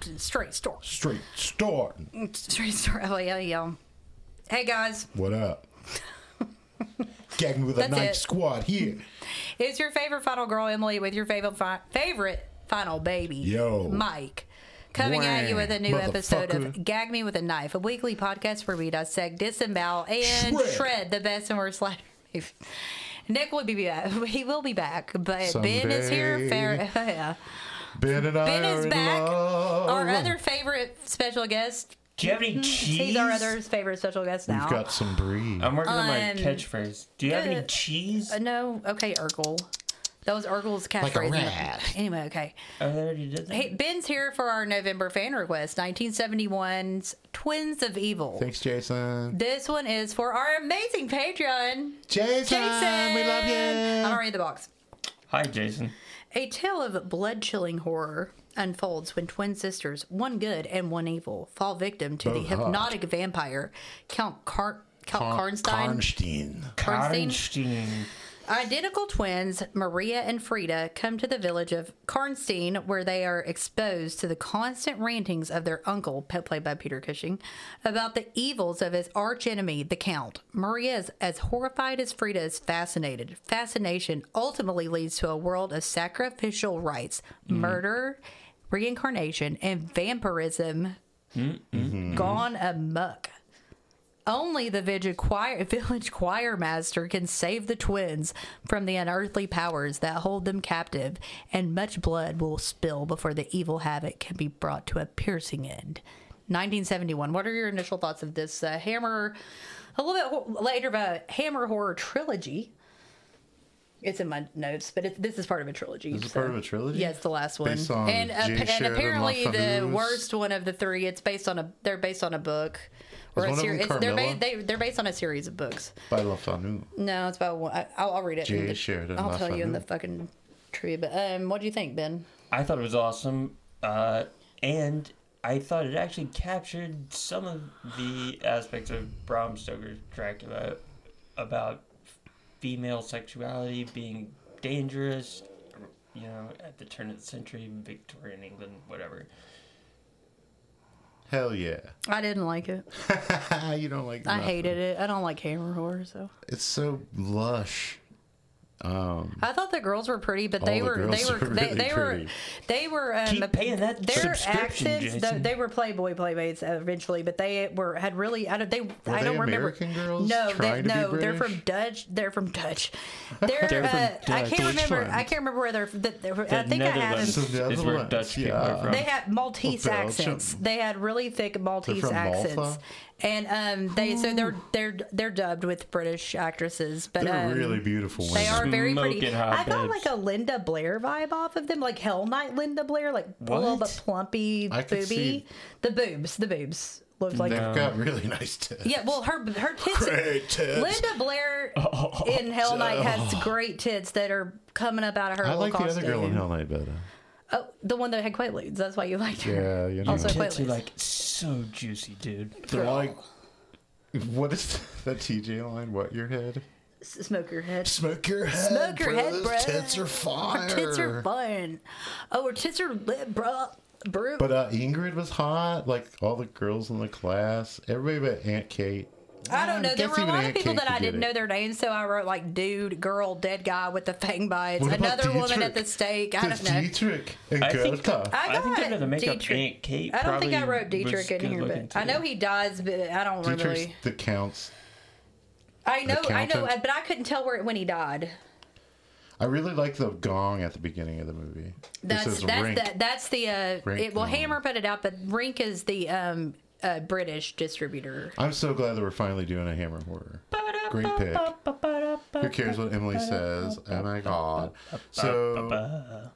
to the straight store. Straight starting. Straight store. Oh yeah, yeah. Hey guys, What up? Gagging with a That's night it. squad here. it's your favorite final girl Emily with your favorite fi- favorite final baby Yo. Mike. Coming at you Wah, with a new episode motherfucker. of Gag Me with a Knife, a weekly podcast where we dissect, disembowel, and shred, Shred. the best and worst life. Nick will be back. He will be back, but Ben is here. Someday. Fair, yeah. Ben and I Ben are is in back. love. Our other favorite special guest. Do you have any cheese? He's Mm-hmm. our other favorite special guest now. We've got some brie. I'm working on my Um, catchphrase. Do you have any good. cheese? Uh, no, okay, Urkel. That was Urkel's Like a catchphrase. rat. Anyway, okay. Oh, they already did that. Hey, Ben's here for our November fan request 1971's Twins of Evil. Thanks, Jason. This one is for our amazing Patreon, Jason, Jason. we love you. I'm already in the box. Hi, Jason. A tale of blood chilling horror unfolds when twin sisters, one good and one evil, fall victim to the Both hot. hypnotic vampire Count, Car- Count Karnstein. Karnstein. Karnstein? Karnstein. Identical twins, Maria and Frida, come to the village of Karnstein, where they are exposed to the constant rantings of their uncle, pe- played by Peter Cushing, about the evils of his archenemy, the Count. Maria is as horrified as Frida is fascinated. Fascination ultimately leads to a world of sacrificial rites, murder, reincarnation, and vampirism Mm-hmm. gone amok. Only the vigid choir, village choir master can save the twins from the unearthly powers that hold them captive, and much blood will spill before the evil havoc can be brought to a piercing end. 1971. What are your initial thoughts of this uh, Hammer, a little bit ho- later, of a Hammer horror trilogy? It's in my notes, but it, this is part of a trilogy. This is part of a trilogy? Yes, the last one. Based on and, J. appa- and Sheridan apparently the LaFanu's- worst one of the three. It's based on a. They're based on a book. Or a Is one of them series. They're, ba- Carmilla? they, they're based on a series of books. By LaFanu. No, it's about one. I, I'll, I'll read it. in J. the- Sheridan I'll tell you in LaFanu. the fucking trivia. But um, what do you think, Ben? I thought it was awesome, uh, and I thought it actually captured some of the aspects of Bram Stoker's Dracula about female sexuality being dangerous, you know, at the turn of the century, Victorian England, whatever. Hell yeah. I didn't like it. you don't like I nothing. hated it. I don't like hammer horror. So It's so lush. I thought the girls were pretty, but they All the were they girls were are they, really they were pretty. they were um, Keep paying that their subscription, accents. Though, Jason. they were Playboy playmates eventually, but they were had really I don't they I they don't remember American girls No, they, trying to be no, they're British? from Dutch. They're from Dutch. They're, They're from uh, I can't Dutch. remember. I can't remember where they're. that they're I The think I had. Netherlands them- them- The is where Netherlands, Dutch people yeah. are from. They had Maltese Belgium. accents. They had really thick Maltese from accents, Malta? and um, they so they're they're they're dubbed with British actresses, but They're um, really beautiful women. they are very pretty. Smoking hot I got babes. like a Linda Blair vibe off of them, like Hell Night Linda Blair, like a little bit plumpy, I could booby. see- The boobs, the boobs look like. They've got really nice tits. Yeah, well, her her tits. Great tits. Oh. Linda Blair in Hell Night has great tits that are coming up out of her I little like the costume. other girl in Hell Night better. Oh, the one that had Quaaludes. That's why you liked her. Yeah, you know. Also, Tits are Quaaludes. like so juicy, dude. They're like, what is that TJ line? What, your head? S- smoke your head. Smoke your head. Smoke your head, bros. bruh. Tits are fire. Our tits are fun. Oh, our tits are lit, bruh. Brew. But uh, Ingrid was hot. Like all the girls in the class, everybody but Aunt Kate. I don't know. There Um, were guess a even lot of Aunt people Kate that I could get didn't it. know their names, so I wrote like dude, girl, dead guy with the fang bites, What about another woman at Dietrich? the stake. I don't Because know. Dietrich and I think- Gerda. I I got think under the makeup, Dietrich. Aunt Kate I don't think I probably wrote Dietrich was in here, good-looking but I too. know he dies, but I don't Dietrich's really. the counts. I know, I know, accountant. but I couldn't tell where when he died. I really like the gong at the beginning of the movie. That's this is that's rink. the, that's the uh, Rink it, well Brown. Hammer put it out, but Rink is the um, uh, British distributor. I'm so glad that we're finally doing a Hammer horror. Great pick. Who cares what Emily says? Oh my god! So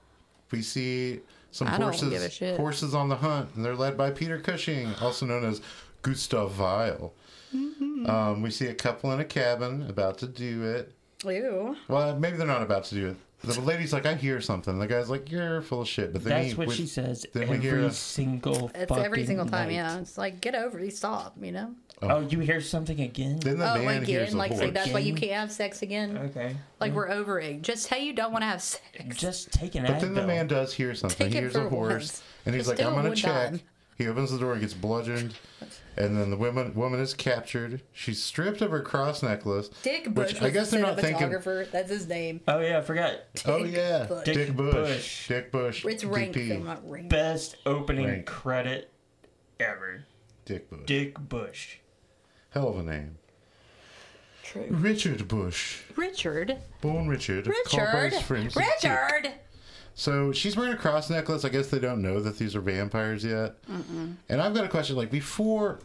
we see some I don't horses. give a shit. Horses on the hunt, and they're led by Peter Cushing, also known as Gustav Weil. Mm-hmm. Um, we see a couple in a cabin about to do it. Ew. Well, maybe they're not about to do it. The lady's like, I hear something. The guy's like, You're full of shit. But then That's he, what when- she says then we hear every a- single It's every fucking single time, night. yeah. It's like get over, it, stop, you know. Oh, you hear something again? Then the oh, man hears again, a like horse. say that's why you Again? can't have sex again. Okay. Like we're over it. Just say you don't want to have sex. Just take an But then the Advil. man does hear something. Take He it hears a for horse, once. and he's Just like, do "I'm it gonna one check." time. He opens the door, gets bludgeoned, and then the woman woman is captured. She's stripped of her cross necklace, Dick Bush which was I guess the they're not thinking. cinematographer. That's his name. Oh yeah, I forgot. Oh yeah, Bush. Dick, Dick Bush. Bush. Dick Bush. It's ranked DP. film, not ranked. Best opening Right. credit ever. Dick Bush. Dick Bush. Hell of a name. True. Richard Bush, Richard. born Richard. called by Richard. his friends as Dick. Richard. So she's wearing a cross necklace. I guess they don't know that these are vampires yet. And I've got a question. Like before,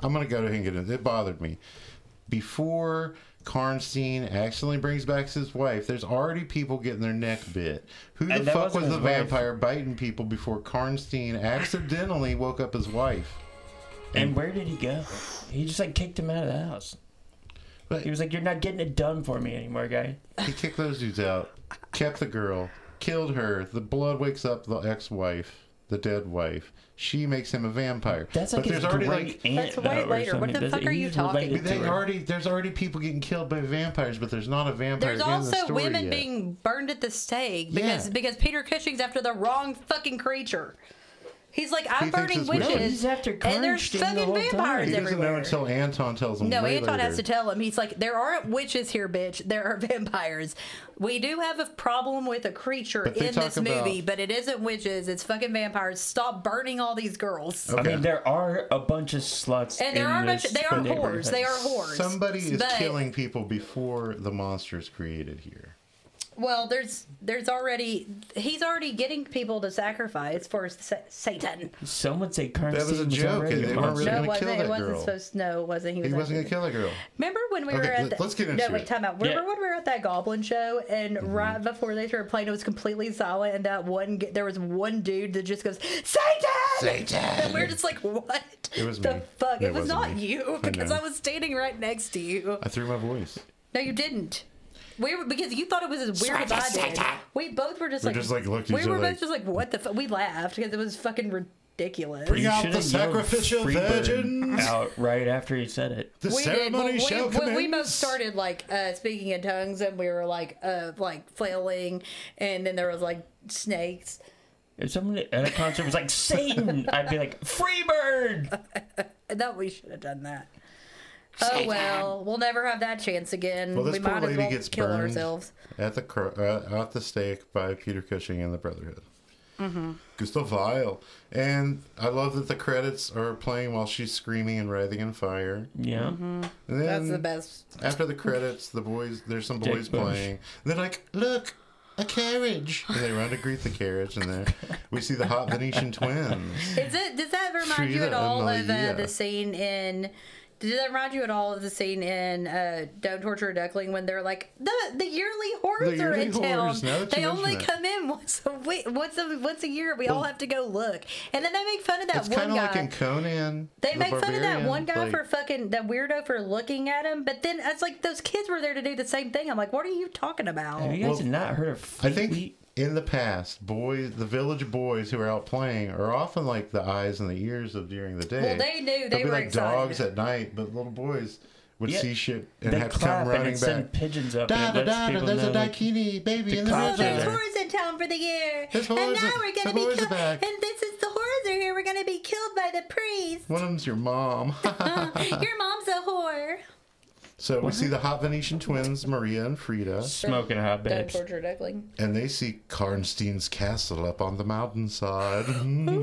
I'm gonna go ahead and get it. It bothered me. Before Karnstein accidentally brings back his wife, there's already people getting their neck bit. Who the And that fuck wasn't was the his wife. vampire biting people before Karnstein accidentally woke up his wife? And where did he go? He just like kicked him out of the house. But He was like, "You're not getting it done for me anymore, guy." he kicked those dudes out, kept the girl, killed her. The blood wakes up the ex-wife, the dead wife. She makes him a vampire. That's like but his there's already great like aunt. That's though, way or later. What something. the That's- fuck are he's you talking related But to they her. already there's already people getting killed by vampires, but there's not a vampire. There's in the also story women yet. being burned at the stake Yeah. because because Peter Cushing's after the wrong fucking creature. He's like, I'm He thinks burning it's witches. witches. No, he's after and there's Karnstein the fucking whole time. vampires He doesn't know everywhere. until Anton tells him. no, way Anton later. has to tell him. He's like, there aren't witches here, bitch. There are vampires. We do have a problem with a creature But they in this talk about- movie, but it isn't witches. It's fucking vampires. Stop burning all these girls. Okay. I mean, there are a bunch of sluts. And there in are a bunch, this they are neighborhood. whores. They are whores. Somebody is But- killing people before the monster is created here. Well, there's there's already he's already getting people to sacrifice for sa- Satan. Some would say Karnstein was a joke, already and a they weren't monster. really- No, gonna it wasn't. kill that It wasn't girl. supposed. No, it wasn't. He was. He wasn't gonna actually- kill that girl. Remember when we Okay, were at let- the, let's get no, into wait, it. Mm-hmm. time out. Yeah. Remember when we were at that Goblin show and right before they started playing, it was completely silent, and that one g- there was one dude that just goes Satan, and we're Satan. just like, what? It was the me. fuck. No, it it was wasn't not me. you I because know. I was standing right next to you. I threw my voice. No, you didn't. We were, because you thought it was as weird as I did. We both were just We like, just, like, looked at we each were other both like- just like, what the fuck? We laughed because it was fucking ridiculous. Bring You out should the have yelled sacrificial Freebird virgins. out right after he said it. The we ceremony did. shall Well, we, when we both commence. started like uh, speaking in tongues, and we were like, uh, like flailing, and then there was like snakes. If someone at a concert was like Satan, I'd be like Freebird. I thought we should have done that. Oh well, we'll never have that chance again. Well, this we poor might as lady well gets kill burned ourselves. at the cro- uh, at the stake by Peter Cushing and the Brotherhood. Mm-hmm. Gustav Vile, and I love that the credits are playing while she's screaming and writhing in fire. Yeah. Mm-hmm. And then That's the best. After the credits, the boys there's some Dick boys Bush. playing. They're like, "Look, a carriage!" And they run to greet the carriage, and there we see the hot Venetian twins. Is it? Does that remind you at Frida all and of uh, Malia. the scene in? Did that remind you at all of the scene in uh, "Don't Torture a Duckling" when they're like the the yearly horrors The are yearly in horrors, now town? that They you only mention it. come in once a week, once a once a year. We all have to go look, and then they make fun of that It's one kind of guy. like in Conan. they the make fun of that Barbarian, one guy like, for fucking that weirdo for looking at him, but then it's like those kids were there to do the same thing. I'm like, what are you talking about? Have you guys Well, not heard of I Fleet think Week? in the past, boys, the village boys who are out playing are often like the eyes and the ears of during the day. Well, they knew. They They'll be were like excited. dogs at night, but little boys would Yeah. see shit and They have to clap come and running it sends back. pigeons up Da and da it lets da! people There's know, a like, daikini baby the in the cops Oh, are there's there. village. horrors in town for the year. There's and horrors now in- we're the gonna be horrors are killed. back. And this is the horrors are here. We're gonna be killed by the priest. One of them's your mom. Your mom's a whore. so we see the hot Venetian twins, Maria and Frida, smoking hot babes. torture duckling. and they see Karnstein's castle up on the mountainside.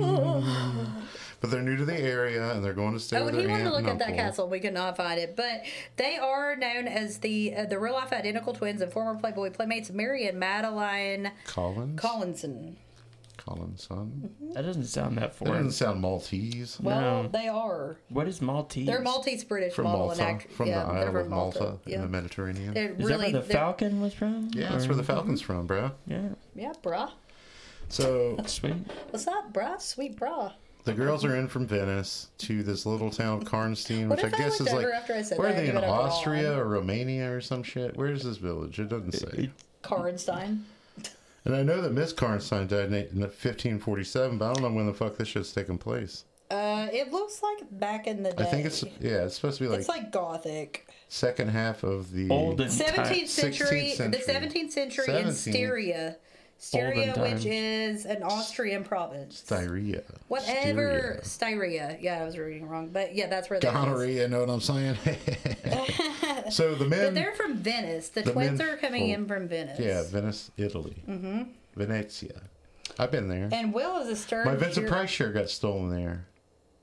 Hmm. but they're new to the area and they're going to stay Oh, with and their he aunt wanted to look and at that uncle. castle. We could not find it, but they are known as the uh, the real life identical twins and former Playboy playmates Mary and Madeline Collins? Collinson. Collins, son. That doesn't sound that That foreign. doesn't sound Maltese. Mm-hmm. Well, No. they are. What is Maltese? They're Maltese British From model and Malta. actress. From yeah, the they're Isle from of Malta, in Yeah. the Mediterranean. They're Is really that where the they're- Falcon was from? yeah, that's where Or- Mm-hmm. the Falcon's from, bruh. Yeah, Yeah, bruh. So sweet. What's up, bruh? Sweet bruh. the girls are in from Venice to this little town of Karnstein, What which I if I guess looked is like over after I said where that are they and in give it a Austria or Romania or some shit? Where is this village? It doesn't say. Karenstein. And I know that Miss Karnstein died in 1547, but I don't know when the fuck this shit's taking place. Uh, it looks like back in the day. I think it's yeah, it's supposed to be like, it's like Gothic. second half of the Olden Seventeenth times. century, 16th century. the seventeenth century in 17th. Styria, Styria, Olden which times. is an Austrian province. diarrhea. Whatever Styria. Yeah, I was reading it wrong, but yeah, that's where Styria. they're. from. Gonorrhea, know what I'm saying? so the But men, they're from Venice. The, The twins men- are coming oh. in from Venice. yeah, Venice, Italy, mm-hmm. Venezia. I've been there. And Will is a stern. My Vincent Euro- Price shirt got stolen there.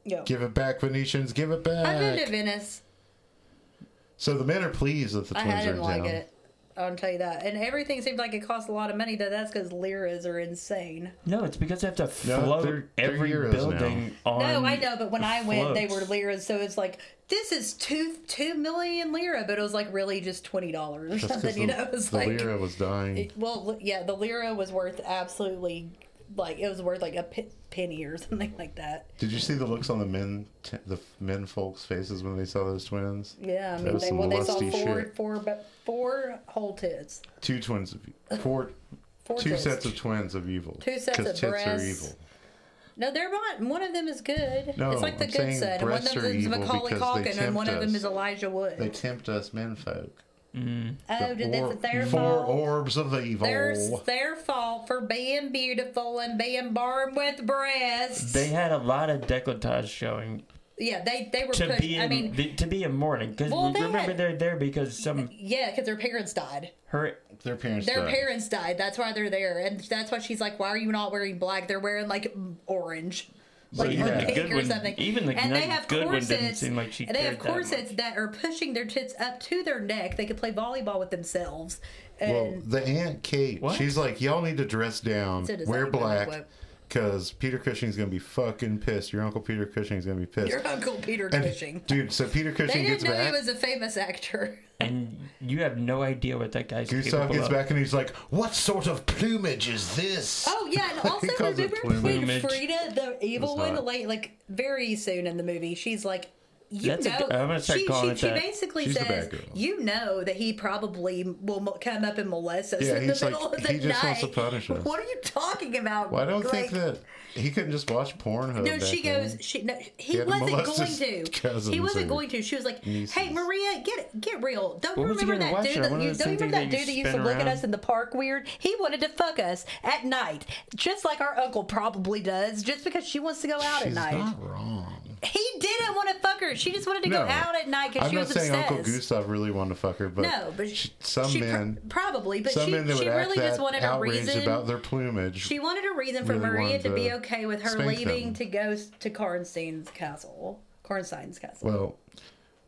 Yo. Give it back, Venetians. Give it back. I've been to Venice. So the men are pleased that the I twins are didn't in like town. it. I'll tell you that. And everything seemed like it cost a lot of money, though that's because liras are insane. No, it's because they have to No, float they're- they're every euros building on. No, I know, but when I went, they were floats. liras, so it's like this is two two million lira, but it was like really just twenty dollars or That's 'cause something. You the- know, it was the like lira was dying. well, li- yeah, the lira was worth absolutely like it was worth like a p- penny or something like that. Did you see the looks on the men, t- the men folks' faces when they saw those twins? Yeah, I That mean, was they, some well, they saw lusty four, shit. four, but four whole tits, Two twins, of four, four two tits. sets of twins of evil. Two sets 'Cause of tits breasts. are evil. No, they're not. One of them is good. No, it's like the I'm good saying side. and One of breasts them are is evil Macaulay because they Culkin, and one of tempt them us. is Elijah Wood. They tempt us menfolk. oh, did Four- this is their four fault. orbs of evil. Their, Oh. their fault for being beautiful and being born with breasts. They had a lot of decolletage showing yeah, they they were. to Pushed, be in I mean, the- to be in mourning because Well, they remember had- they're there because some yeah, because their parents died. her Their parents. Their died. parents died. That's why they're there, and that's why she's like, "Why are you not wearing black? They're wearing like orange." Like even or the pink good or one- something. even the and they good- have good one corsets. didn't seem like she and they have cared that corsets that, are pushing their tits up to their neck. They could play volleyball with themselves. And Well, the aunt Kate, What? she's like, y'all need to dress down, It's a design wear black, quote. because Peter Cushing's gonna be fucking pissed. Your uncle Peter Cushing's gonna be pissed. your uncle Peter And- Cushing. dude. So Peter They Cushing didn't gets know back. he was a famous actor. and you have no idea what that guy's Gustav capable gets of. back and he's like, "What sort of plumage is this?" Oh yeah, and also He calls it remember when plumage. Frida, the evil It's one, not. late like very soon in the movie, she's like, you That's a know, good- I'm gonna start she, calling she, it she that. basically She's the says, bad girl. you know that he probably will mo- come up and molest us Yeah, in the he's like, middle of the he just night. wants to punish us. What are you talking about? Well, I don't Like, think that he couldn't just watch Pornhub. No, back she goes. then. She no, he had to wasn't molest going his to. He cousins wasn't or going to. She was like, "Hey, nieces. Maria, get get real. Don't you What was he remember gonna that watch? dude? One That, of you, those don't you things remember that that you dude that used to spin look at around? us in the park weird? He wanted to fuck us at night, just like our uncle probably does, just because she wants to go out at She's night. not wrong. He didn't want to fuck her. She just wanted to go No. out at night because I'm she not was saying obsessed. Uncle Gustav really wanted to fuck her, but, no, but she- she, some she pr- men, probably, but some she, men that she would act really that just wanted a outraged reason about their plumage. she wanted a reason for really Maria wanted to to be okay with her spank leaving them. to go s- to Karnstein's castle. Karnstein's castle. well,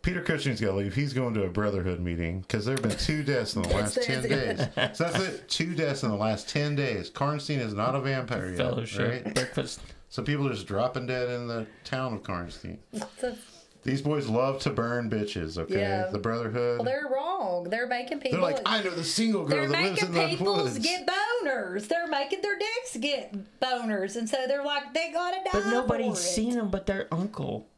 Peter Cushing's got to leave. He's going to a brotherhood meeting because there have been two deaths in the last That's- ten days. So that's it. Two deaths in the last ten days. Karnstein is not a vampire yet, fellowship right? breakfast. So people are just dropping dead in the town of Karnstein. So- These boys love to burn bitches. Okay, Yeah. the brotherhood. well, they're wrong. They're making people. They're like, I know the single they're girl that lives making in the peoples woods. get boners. They're making their dicks get boners, and so they're like, they gotta die. But Ah, for it. nobody's seen him but their uncle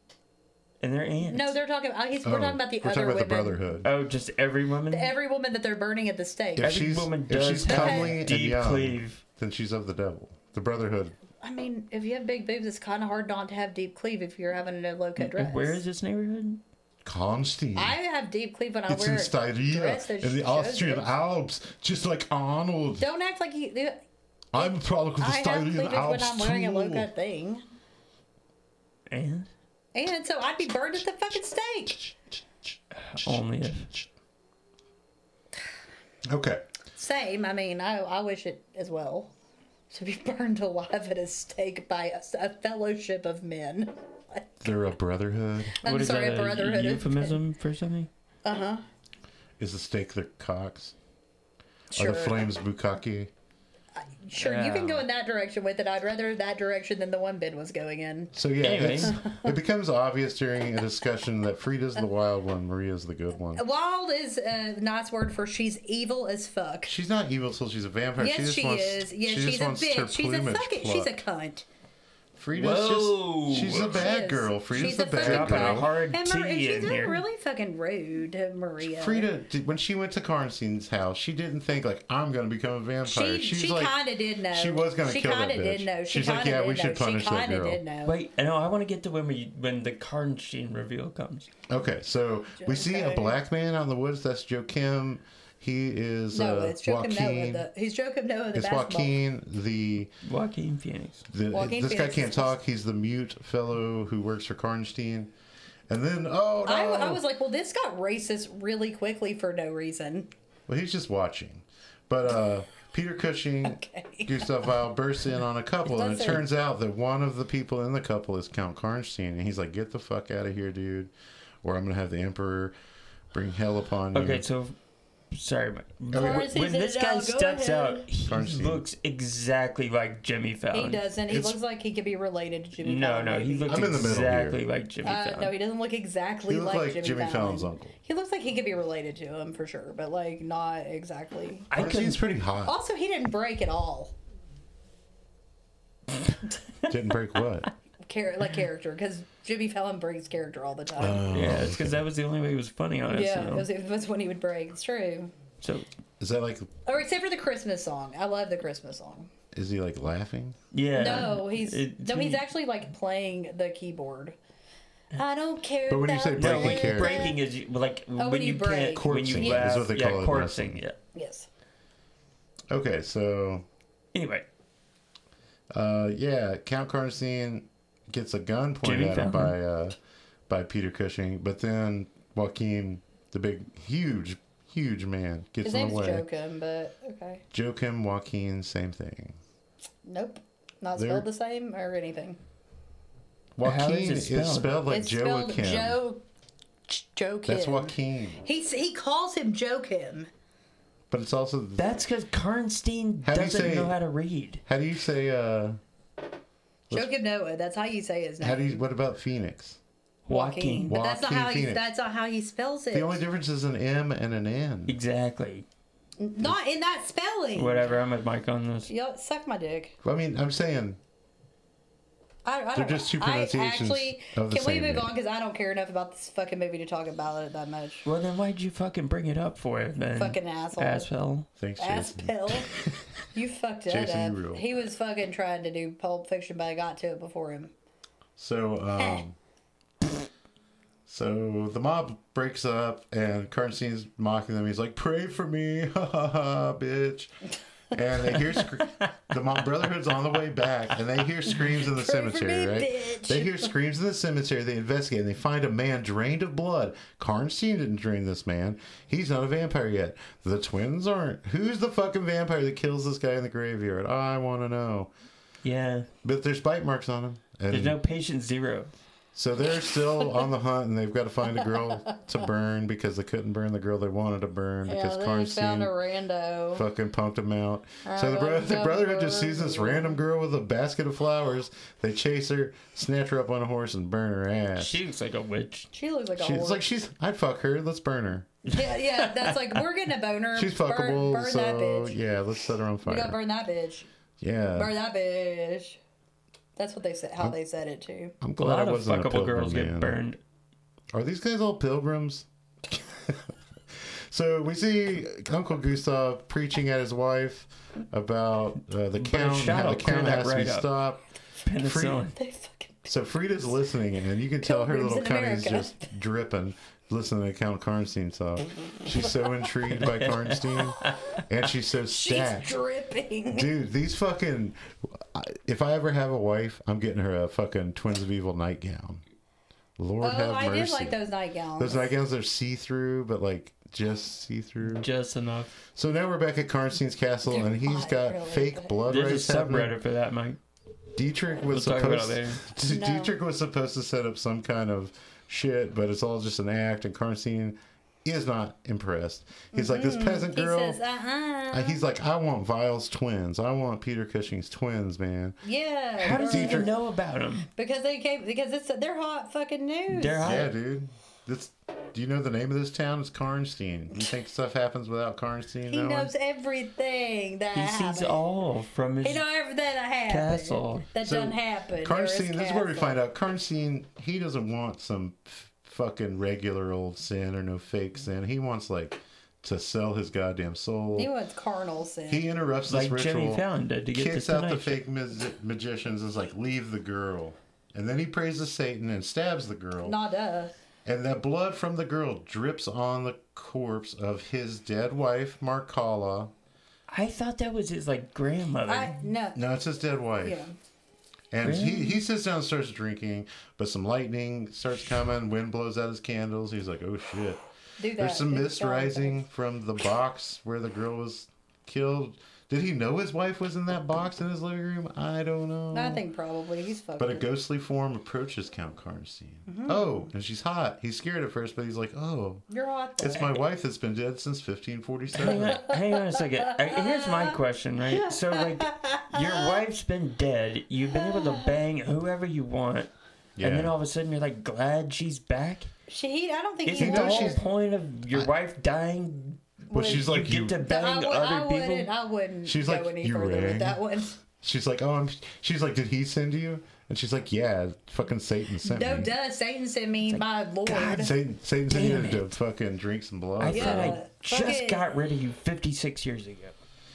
and their aunt. No, they're talking. Uh, he's, Oh, we're talking about the we're other talking about women. the brotherhood. Oh, just every woman. Every woman that they're burning at the stake. If Every she's woman if does she's have comely and deep young, cleave. then she's of the devil. The brotherhood. I mean, if you have big boobs, it's kind of hard not to have deep cleave if you're having a low cut dress. Where is this neighborhood? Constantine. I have deep cleave when I It's wear in Styria, dress that in the shows Austrian it. Alps, just like Arnold. Don't act like you. I'm a product of the I have Styrian cleavage when Alps I'm wearing a low too. cut thing, And and so I'd be burned at the fucking stake. only if Okay. Same. I mean, I I wish it as well to be burned alive at a stake by a, a fellowship of men. They're a brotherhood. I'm what is sorry, that a brotherhood. of- euphemism for something? Is the stake their cocks? Are Sure, the flames bukkake? sure. You can go in that direction with it. I'd rather that direction than the one Ben was going in. So yeah, Anyway. it's, it becomes obvious during a discussion that Frida's the wild one, Maria's the good one. Wild is a nice word for she's evil as fuck. She's not evil till she's a vampire. Yes, just she wants, is. Yes, she just she's a wants her bitch. She's a plumage fucking. She's a plucked. cunt. Frida's Whoa. just she's a bad is. girl. Frida's She's the a bad fucking Dropping a girl. hard And, Mar- and T she's in here. really fucking rude to Maria. Frida, did, when she went to Karnstein's house, she didn't think like I'm going to become a vampire. She She's she like, kind of did know. she was gonna She kill that kinda did bitch. know. She She's like, kinda "Yeah, did we should know. punish she that kinda girl." Did know. Wait, I know. I want to get to when we when the Karnstein reveal comes. okay, so we see a Okay. black man out in the woods. That's Joe Kim. He is no, uh, it's Joakim Noah. Joaquin. The, he's Joakim Noah, the it's basketball. Joaquin. The, Joaquin Phoenix. the Joaquin this guy Phoenix can't is- talk. He's the mute fellow who works for Karnstein. And then oh no, I, I was like, well, this got racist really quickly for no reason. Well, he's just watching. But uh, Peter Cushing, Okay. Gustav Weil bursts in on a couple, and it Listen. turns out that one of the people in the couple is Count Karnstein, and he's like, "Get the fuck out of here, dude, or I'm gonna have the Emperor bring hell upon you." Okay, so sorry, but Or is he when this Citadel? guy Go steps ahead. out, he Karnstein. looks exactly like Jimmy Fallon. He doesn't. He Oh, It's- looks like he could be related to Jimmy. No, Fallon, no, he maybe. looks I'm in the middle here. exactly like Jimmy Uh, Fallon. no, he doesn't look exactly He looked like, like Jimmy, Jimmy Fallon. Fallon's uncle. He looks like he could be related to him for sure, but like not exactly. I Karnstein's couldn't. pretty hot. Also, he didn't break at all, Didn't break what? char- like character, because Jimmy Fallon breaks character all the time. Oh, Yeah, it's because that was the only way he was funny on yeah, SNL. it was, it was when he would break. It's true. So Is that like? Or except for the Christmas song. I love the Christmas song. Is he like laughing? yeah. No, he's It- no, he's Jimmy- actually like playing the keyboard. I don't care. But when you say about breaking living. character- breaking is you- like when, Oh, when you you break. can't when you Corpsing is laugh. what they yeah, call it in wrestling. corpsing. Yeah. yes, Okay, so Anyway, uh, yeah, Count Karnstein gets a gun pointed Jimmy at him by Fallon. uh, by Peter Cushing, but then Joaquin, the big, huge, huge man, gets his in the name's way. Joakim, but okay, Joakim, Joaquin, same thing. nope, not They're- spelled the same or anything. How is Joaquin it is spelled, spelled? like it's spelled Joaquin. Joe. Joakim. That's Joaquin, He he calls him Joakim. but it's also. that's because Karnstein How do you doesn't say- know how to read. How do you say? uh Joakim Noah. That's how you say his name. How do you? What about Phoenix? Joaquin. Walking. But that's not Joaquin how he Phoenix. that's not how he spells it. The only difference is an M and an N. Exactly. not in that spelling. Whatever. I'm with Mike on this. Y'all suck my dick. I mean, I'm saying I, I don't They're just two know. I pronunciations actually, of the can we same move name. on? Because I don't care enough about this fucking movie to talk about it that much. Well, then why'd you fucking bring it up for it then? Fucking asshole. Asshole. thanks, Ass Jason. pill. you fucked that Jason, up. you rule. He was fucking trying to do Pulp Fiction, but I got to it before him. So, um, so the mob breaks up, and Karnstein's mocking them. He's like, "Pray for me, ha ha ha, bitch." And they hear sc- the mob brotherhood's on the way back, and they hear screams in the Pray for me, cemetery. right? bitch. They hear screams in the cemetery. They investigate, and they find a man drained of blood. Karnstein didn't drain this man. He's not a vampire yet. The twins aren't. Who's the fucking vampire that kills this guy in the graveyard? I want to know. Yeah. But there's bite marks on him. And There's no patient zero. so they're still on the hunt, and they've got to find a girl to burn because they couldn't burn the girl they wanted to burn because yeah, they just found a Karnstein rando. fucking pumped them out. so the, well, bro- the that brotherhood just burn sees this girl. random girl with a basket of flowers. They chase her, snatch her up on a horse, and burn her ass. She looks like a witch. She looks like a She- whore. it's like she's. I'd fuck her. Let's burn her. yeah, yeah, that's like we're getting a boner. She's Burn- fuckable. Burn, so that bitch. yeah, let's set her on We gotta fire. burn that bitch. yeah, Burn that bitch. That's what they said. How they said it too. I'm A glad lot I of wasn't a fuckable pilgrim, girls man. get burned. Are these guys all pilgrims? so we see Uncle Gustav preaching at his wife about uh, the count, shut how the up, count clear that has to be right up. stopped. Penicillin. They fucking So Frida's listening, and you can tell her Pilgrims little in cuntie's America. just dripping. Listening to Count Karnstein talk, she's so intrigued by Karnstein, and she's so she's stacked. dripping. Dude, these fucking. I- If I ever have a wife, I'm getting her a fucking Twins of Evil nightgown. Lord Oh, have I mercy. did like those nightgowns. Those nightgowns are see through, but like just see through. Just enough. So now we're back at Karnstein's castle, and he's I got really fake don't- blood There's rights a happening. subreddit for that, Mike. Dietrich was We'll talk about supposed. it D- No. Dietrich was supposed to set up some kind of shit, but it's all just an act, and Karnstein is not impressed. He's like this peasant Mm-hmm. he girl. says, uh-huh. Uh, He's like, I want Vile's twins. I want Peter Cushing's twins, man. yeah. How does he girl. even know about him? Because they came because it's they're hot fucking news. They're hot. Yeah, dude. This Do you know the name of this town? It's Karnstein. You think stuff happens without Karnstein? He Owen? knows everything that He I sees happened. all from his. He knows everything that happened. Castle. That So, doesn't happen. Karnstein, this is where we find out Karnstein, he doesn't want some f- fucking regular old sin or no Mm. fake sin. He wants, like, to sell his goddamn soul. He He, was carnal sin. interrupts this like ritual, Jimmy Fallon to get kicks the out the tonight. fake mag- magicians, is like, leave the girl. And then he prays to Satan and stabs the girl. Not us. And that blood from the girl drips on the corpse of his dead wife, Markala. I thought that was his like grandmother. I, no. No, it's his dead wife. Yeah. And Really? he, he sits down and starts drinking, but some lightning starts coming, wind blows out his candles. He's like, oh shit. Do that. There's some It's mist gone. rising from the box where the girl was killed. Did he know his wife was in that box in his living room? I don't know. I think probably he's fucking. But a ghostly form approaches Count Karnstein. Mm-hmm. Oh, and she's hot. He's scared at first, but he's like, oh, You're hot. Though. it's my wife that's been dead since Hang 1547. on, hang on a second. I, here's my question, right? So, like, your wife's been dead. You've been able to bang whoever you want, and then yeah. all of a sudden you're like glad she's back. She. He, I don't think he Isn't knows the knows. whole she's- point of your wife dying? But she's like, you you. get to I, bang wou- I other wouldn't. people. I wouldn't. She's go like, any "You further with rang?" that one. She's like, oh, I'm, she's like, did he send you? And she's like, yeah, fucking Satan sent No, me. does Satan sent me, my lord? Satan, Satan sent Damn you to fucking drink some blood. I bro. thought Yeah, I just fucking- got rid of you 56 years ago.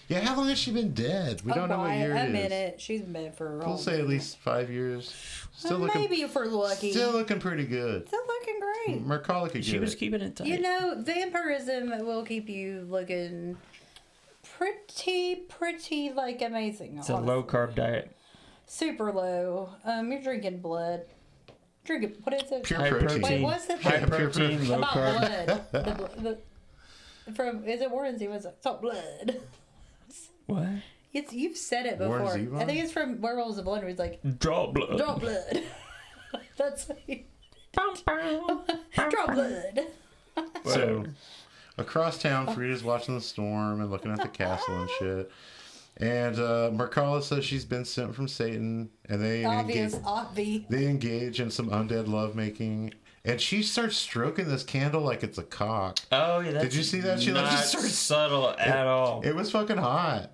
Yeah, how long has she been dead? We don't know what Why, year Oh, a it is. minute. She's been dead for. a We'll say at least five years. Still looking, maybe if we're lucky. still looking pretty good. Still looking great. Mercola could She get was it. keeping it tight. You know, vampirism will keep you looking pretty, pretty like amazing. it's a honestly. low carb diet. super low. Um, you're drinking blood. Drink it. What is it? Pure High protein. Wait, protein. what's the High thing Yeah, pure protein, protein. low about carb. blood? The, bl- the, from is it Warren Zevon? It's all blood. What? It's you've said it before. Warren I Zevon? think it's from Werewolves of London. where He's like, Draw blood. draw blood. That's draw blood. So, Whatever. across town, Frida's watching the storm and looking at the castle and shit. And uh, Mercola says she's been sent from Satan, and they engage, Obvious, obvious. they engage in some undead lovemaking. And she starts stroking this candle like it's a cock. Oh, yeah. That's you see that? She, like, not just started- subtle at all. It was fucking hot.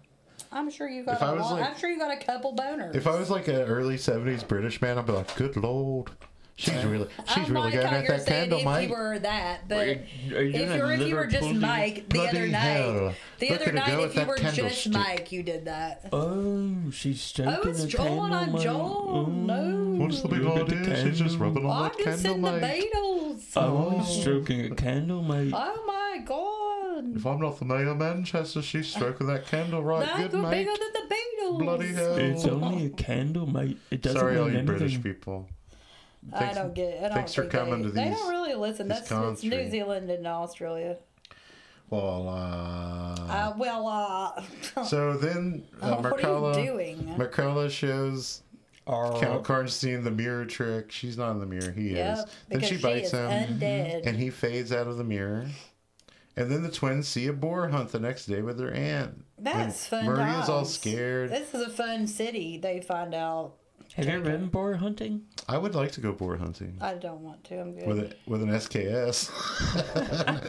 I'm sure you got. If I A was lot, like- I'm sure you got a couple boners. If I was like an early '70s British man, I'd be like, "Good lord, she's really, she's I'm really like going how at you're that saying candle, if Mike." you were that, but Are you- are you if doing you're a if you were just Liverpool- Mike the other bloody night, hell. the Look other at her night go if with you that were just candlestick. Mike, you did that. Oh, she's stroking Oh, it's the Joel candle, on Mike. Joel. No, What's the big Look at the idea? She's just candle. rubbing on I that can candle, send the Mike. Beatles. Oh, I'm stroking a candle, mate. Oh my God, If I'm not the mayor of Manchester, she's stroking that candle right that's good, Mike. bigger than the Beatles. Bloody hell! It's only a candle, mate. It doesn't Sorry, mean all you anything. British people. I Thanks- don't get. I don't thanks for think coming they, to They these- don't really listen. That's it's cons New tree. Zealand and Australia. Well, uh, Uh, well, uh, so then uh, what are you Mercola, doing? Mercola shows Arr. Count Karnstein the mirror trick. She's not in the mirror. He Yeah, is. Then because she bites is him. undead. and he fades out of the mirror. And then the twins see a boar hunt the next day with their aunt. That's And fun. Maria's all times. scared. This is a fun city. They find out. Have you ever been boar hunting? I would like to go boar hunting I don't want to. I'm good. with a, with an SKS. Fuck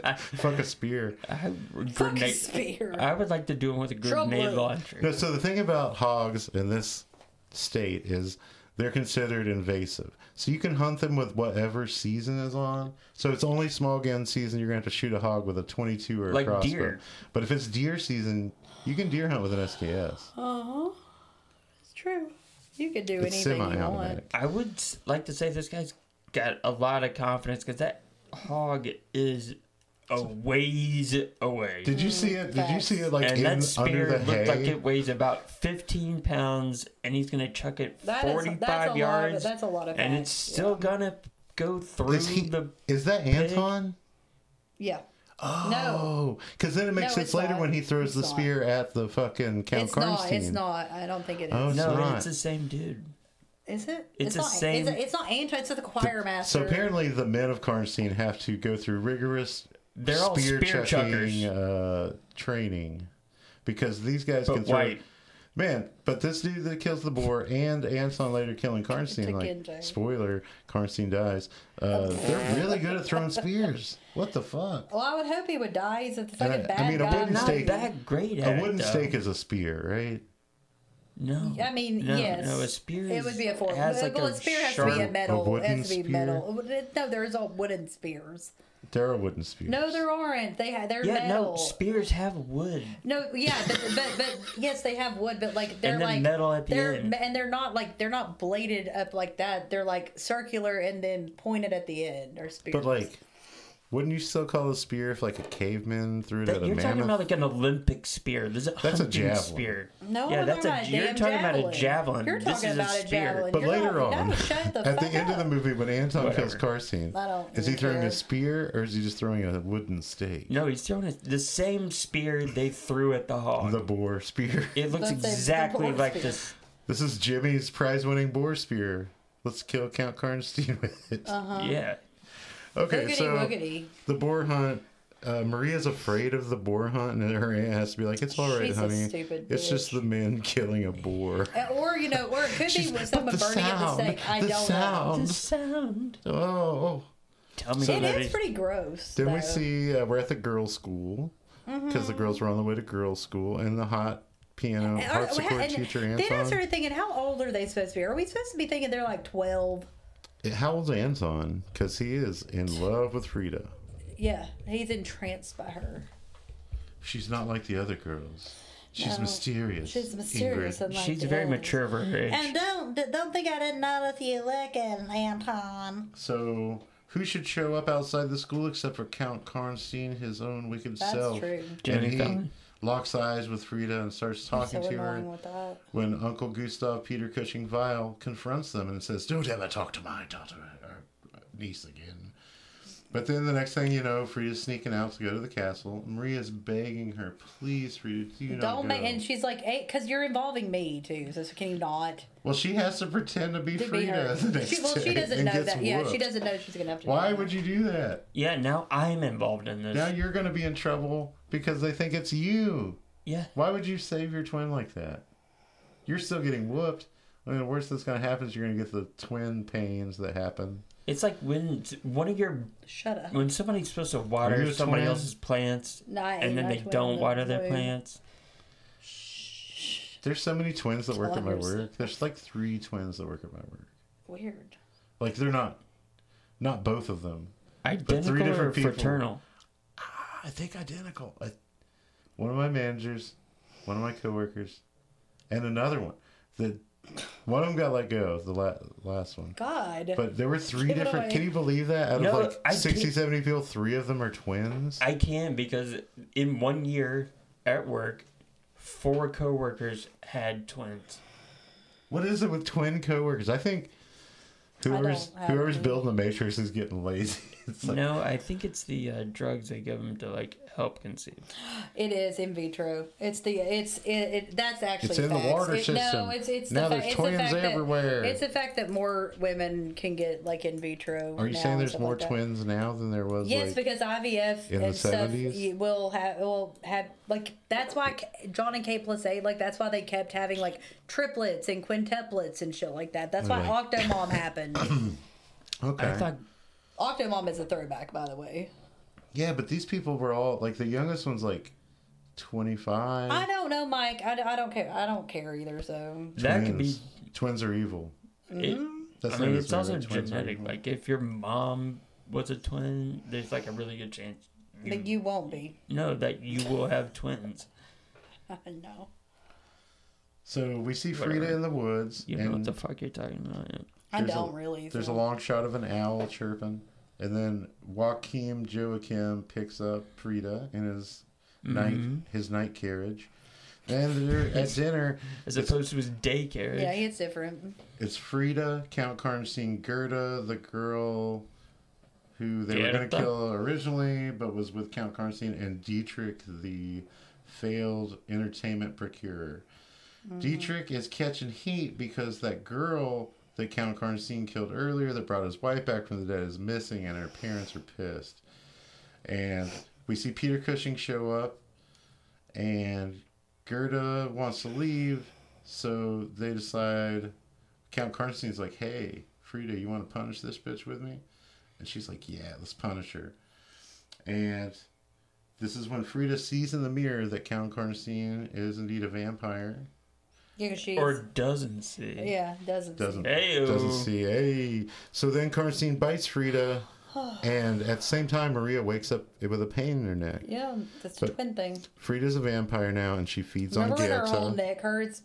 a spear. I, Fuck a grenade- spear. I would like to do one with a Trouble. grenade launcher. No, so the thing about hogs in this state is they're considered invasive. So you can hunt them with whatever season is on. So if it's only small game season. You're gonna have to shoot a hog with a 22 or a Like crossbow. deer. But if it's deer season, you can deer hunt with an SKS. Uh-huh. It's true. You could do It's anything you want. semi-automatic. I would s- like to say this guy's got a lot of confidence because that hog is a ways away. Did you see it? Did you see it like and in, that under spear the looked hay? like it weighs about 15 pounds, and he's gonna chuck it That is- that's a 45 lot of- yards. that's a lot of and fat, it's still gonna go through is he? the. Is that Anton? Yeah. Oh, because then it makes No, sense it's later not. when he It's throws the not. spear at the fucking No. Count It's not. It's Karnstein. not. I don't think it is. Oh, it's No, not. it's the same dude. is it? it's the not, same- It's, it's not Anton. It's the choir master. So apparently, the men of Karnstein have to go through rigorous They're all spear chuckers. uh, chucking, uh, training because these guys But can throw. white. Man, but this dude that kills the boar and Anson later killing Karnstein, It's a like, Genji. spoiler, Karnstein dies. Uh, they're really good at throwing spears. What the fuck? Well, I would hope he would die. He's a fucking I- I bad mean, I guy. wouldn't not- stay- that great at A it, wooden though. stake is a spear, right? No. I mean, no, yes. No, a spear. It would be a four. four. Has like well, a, a spear has sharp, to be a metal. It wooden has to be spear? metal. No, there's all wooden spears. There are wooden spears. No, there aren't. They ha- they're Yeah, metal. no. Spears have wood. No, yeah, but, but but yes, they have wood, but like they're And then like metal at the they're, end. and they're not like they're not bladed up like that. They're like circular and then pointed at the end or spears. But, like, wouldn't you still call a spear if, like, a caveman threw it That- at a you're mammoth? talking about like an Olympic spear. There's a That's a hunting javelin. spear. no, yeah, we're talking that's about a. You're damn talking javelin. about a javelin. You're this talking is about a a, spear. javelin. But You're later not- on, no, shut the at the fuck end of the up. movie, when Anton kills Whatever. Karstein, I don't is he throwing care. a spear or is he just throwing a wooden stake? No, he's throwing it, the same spear they threw at the hog. The boar spear. it looks The same- the exactly boar like spear. this. This is Jimmy's prize-winning boar spear. Let's kill Count Karnstein with it. Yeah. okay, Boogity so Uh-huh. woogity. the boar hunt. Uh, Maria's afraid of the boar hunt, and her aunt has to be like, "It's all right, She's a honey. stupid It's just bitch." the men killing a boar." Uh, Or you know, or it could be She's with like, someone "But the burning at the sound, stake. I the don't know. sound." The sound. Oh, oh. Tell me So- It that is it- pretty gross. then we though. see uh, we're at the girls' school Mm-hmm. because the girls were on the way to girls' school, and the hot piano And are- harpsichord and teacher Then I Anton. started thinking, how old are they supposed to be? Are we supposed to be thinking they're like twelve? How old's Anton? Because he is in love with Rita. Yeah, he's entranced by her. She's not like the other girls. She's No, mysterious. She's mysterious Ingrid. and like She's very yeah. mature for her age. And don't don't think I didn't notice you looking, Anton. So who should show up outside the school except for Count Karnstein, his own wicked That's self? true. And Jimmy he Fallon. locks eyes with Frida and starts talking So to her. annoying with that. When Uncle Gustav Peter Cushing Vile confronts them and says, "Don't ever talk to my daughter or niece again." But then the next thing you know, Frida's sneaking out to go to the castle. Maria's begging her, "Please, Frida, do you not Don't go?" make, and she's like, hey, because you're involving me too. So can you not well, she has to pretend to be to be Frida her? the next She, well, day she doesn't and know gets that. Yeah, she whooped. doesn't know she's gonna have to. Why do that. would you do that? yeah, now I'm involved in this. Now you're going to be in trouble because they think it's you. yeah. Why would you save your twin like that? You're still getting whooped. I mean, the worst that's going to happen is you're going to get the twin pains that happen. It's like when one of your Shut up. when somebody's supposed to Are you water a somebody twin? else's plants No, I ain't and then no they twin, don't no water their twin. plants. There's so many twins that work at my Clutters. work. There's like three twins that work at my work. Weird. Like they're not, not both of them. Identical or different people. fraternal. I think identical. I, one of my managers, one of my coworkers, and another one. The one of them got let go. The la- last one. God. But there were three Give it different. away. Can you believe that? Out No, of like I 60, can't- 70 people, three of them are twins. I can because in one year at work, four coworkers had twins. What is it with twin coworkers? I think whoever's don't have whoever's any. building the matrix is getting lazy. It's like, no, I think it's the uh, drugs they give them to like help conceive. It is in vitro. It's the it's it, it that's actually It's in the facts. water It- system. No, it's it's Now the there's fact, it's twins the fact everywhere. That, it's the fact that more women can get like in vitro. are you now saying and there's stuff more like that. twins now than there was? Yes, like, because IVF in the and stuff 70s? you will have will have like that's why K- John and K plus eight like that's why they kept having like triplets and quintuplets and shit like that. That's why Right. Octomom happened. okay. I thought Octomom is a throwback, by the way. yeah, but these people were all like the youngest one's like twenty five. I don't know, Mike. I, I don't care. I don't care either. So that could be. twins are evil. It, That's I the mean, name it's of this also movie, Twins Are genetic. Evil. Like, if your mom was a twin, there's like a really good chance you but you won't be. know that you will have twins. no. So we see Frida Whatever. in the woods. You know what and the fuck you're talking about. yeah. I There's a- don't really. There's so. a long shot of an owl chirping, and then Joachim Joachim picks up Frida in his night his night carriage, and they're at dinner. As opposed to his daycare. Yeah, it's different. It's Frida, Count Karnstein, Gerda, the girl who they were going to Gerda. kill originally, but was with Count Karnstein, and Dietrich, the failed entertainment procurer. Dietrich is catching heat because that girl that Count Karnstein killed earlier, that brought his wife back from the dead, is missing, and her parents are pissed. And we see Peter Cushing show up, and Gerda wants to leave, So they decide. Count Karnstein's like, "Hey, Frida, you want to punish this bitch with me?" And she's like, "Yeah, let's punish her." And this is when Frida sees in the mirror that Count Karnstein is indeed a vampire. Yeah, 'cause she's, Or doesn't see. yeah, doesn't. Doesn't Hey-o. doesn't see. Hey. So then Karnstein bites Frida, and at the same time, Maria wakes up with a pain in her neck. Yeah, that's a But- twin thing. Frida's a vampire now, and she feeds Remember on when her whole Goethe. neck hurts?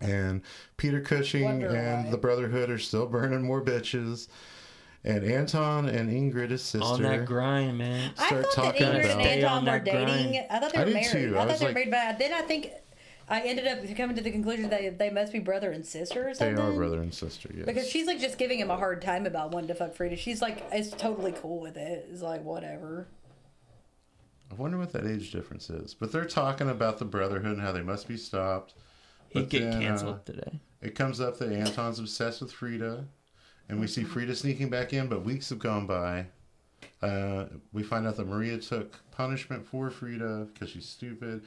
And Peter Cushing Wonder and why. the Brotherhood are still burning more bitches. And Anton and Ingrid, his sister. On that grind, man. I Start thought that talking Ingrid about and it. Anton Stay on were that dating. grind. I thought they I were did married. too. I, I thought was they were like- married, but then I think I ended up coming to the conclusion that they must be brother and sister or They something. are brother and sister, yes. Because she's like just giving him a hard time about wanting to fuck Frida. She's like, it's totally cool with it. It's like whatever. I wonder what that age difference is. But they're talking about the Brotherhood and how they must be stopped. He'd But get then, uh, canceled today. It comes up that Anton's obsessed with Frida, and we see Frida sneaking back in, but weeks have gone by. Uh, we find out that Maria took punishment for Frida because she's stupid.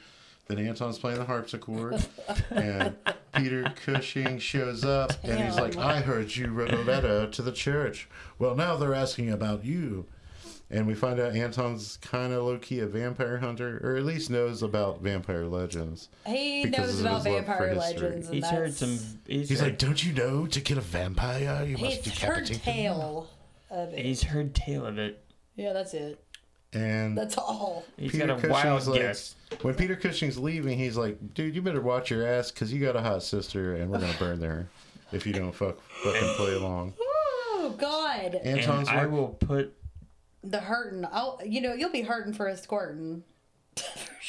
Then Anton's playing the harpsichord, and Peter Cushing shows up, and he's like, I heard you wrote a letter to the church. Well, now they're asking about you. And we find out Anton's kind of low key a vampire hunter, or at least knows about vampire legends. He Because knows of about his love for vampire history. legends. And He's that's, heard some. He's, He's heard, like, Don't you know to kill a vampire, you must He's heard decapitate them?" tale of it. He's heard tale of it. Yeah, that's it. And That's all. He's Peter got a Cushing's wild like, guess. When Peter Cushing's leaving, he's like, "Dude, you better watch your ass, cause you got a hot sister, and we're gonna burn her if you don't fuck fucking play along." Oh God, And Anton's I like, will put. the hurting. Oh, you know you'll be hurting for a squirting.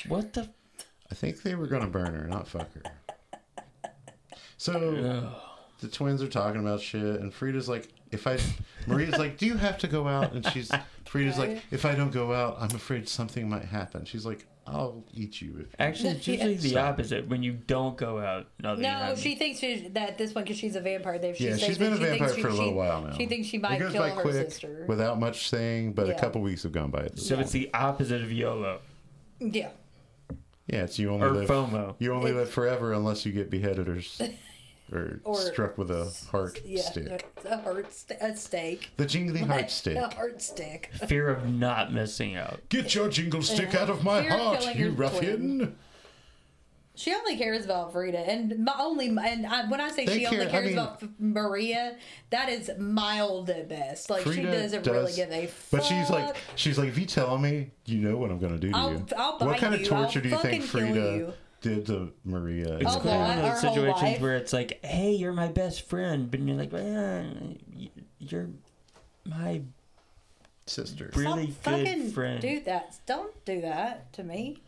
What the? I think they were gonna burn her, not fuck her. So Ugh. the twins are talking about shit, and Frida's like, "If I," Maria's like, "Do you have to go out?" And she's Frida's like, "If I don't go out, I'm afraid something might happen." She's like, "I'll eat you." If Actually, it's usually the Sorry. opposite. When you don't go out, nothing. No, happens. she thinks she's, that this one because she's a vampire. That she Yeah, says she's been a that she thinks vampire she- for a little she- while now. She thinks she It might goes kill by her quick sister. without much saying, but a Yeah. couple weeks have gone by. At this So it's the opposite of YOLO yeah, Yeah, it's you only or live. FOMO. You only It- live forever unless you get beheaded or s- or, Or- struck with a heart yeah, stick. a heart, st- a steak. The jingly heart stick. A heart stick. Fear of not missing out. Get your jingle stick Yeah. out of my You're heart, killing you your ruffian! She only cares about Frida, and my only and I, when I say They she only care- I cares mean- about F- Maria, that is mild at best. Like she Frida doesn't really does- give a fuck. But she's like, she's like, if you tell me, you know what I'm gonna do to I'll- you. I'll what bite kind of you. I'll torture do you think fucking kill Frida you. did to Maria? It's Oh, clear well, one of those our whole situations life. where it's like, hey, you're my best friend, but you're like, "Eh, you're my sister. really Stop good fucking friend. do that. Don't do that to me.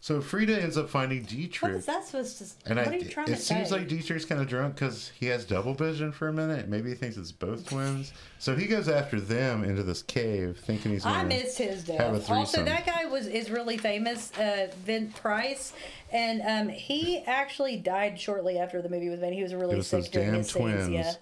So Frida ends up finding What Dietrich. is that supposed to? And what I, are you trying it to seems say? like Dietrich's kind of drunk because he has double vision for a minute. Maybe he thinks it's both twins. So he goes after them into this cave, thinking he's. I gonna- missed his Have a death. threesome. Also, that guy was is really famous, uh, Vin Price, and um, he actually died shortly after the movie was made. He was really It was those sick during damn his twins. scenes. Yeah,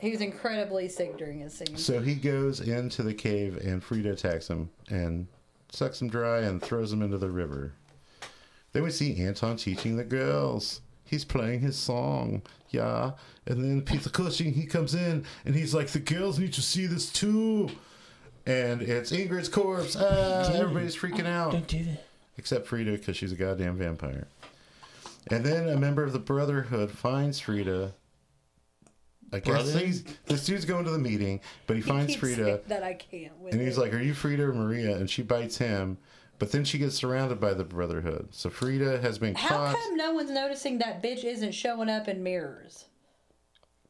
he was incredibly sick during his scenes. So he goes into the cave, and Frida attacks him and sucks him dry and throws him into the river. Then we see Anton teaching the girls. He's playing his song, yeah. And then Peter Cushing he comes in and he's like, "The girls need to see this too." And it's Ingrid's corpse. Ah, everybody's freaking out. Don't do that. except Frida because she's a goddamn vampire. And then a member of the Brotherhood finds Frida. I guess Brother? these, this dude's going to the meeting, but he finds He's Frida, sick that I can't. With and he's it. like, "Are you Frida or Maria?" And she bites him, but then she gets surrounded by the Brotherhood. So Frida has been "How caught. come no one's noticing that bitch isn't showing up in mirrors?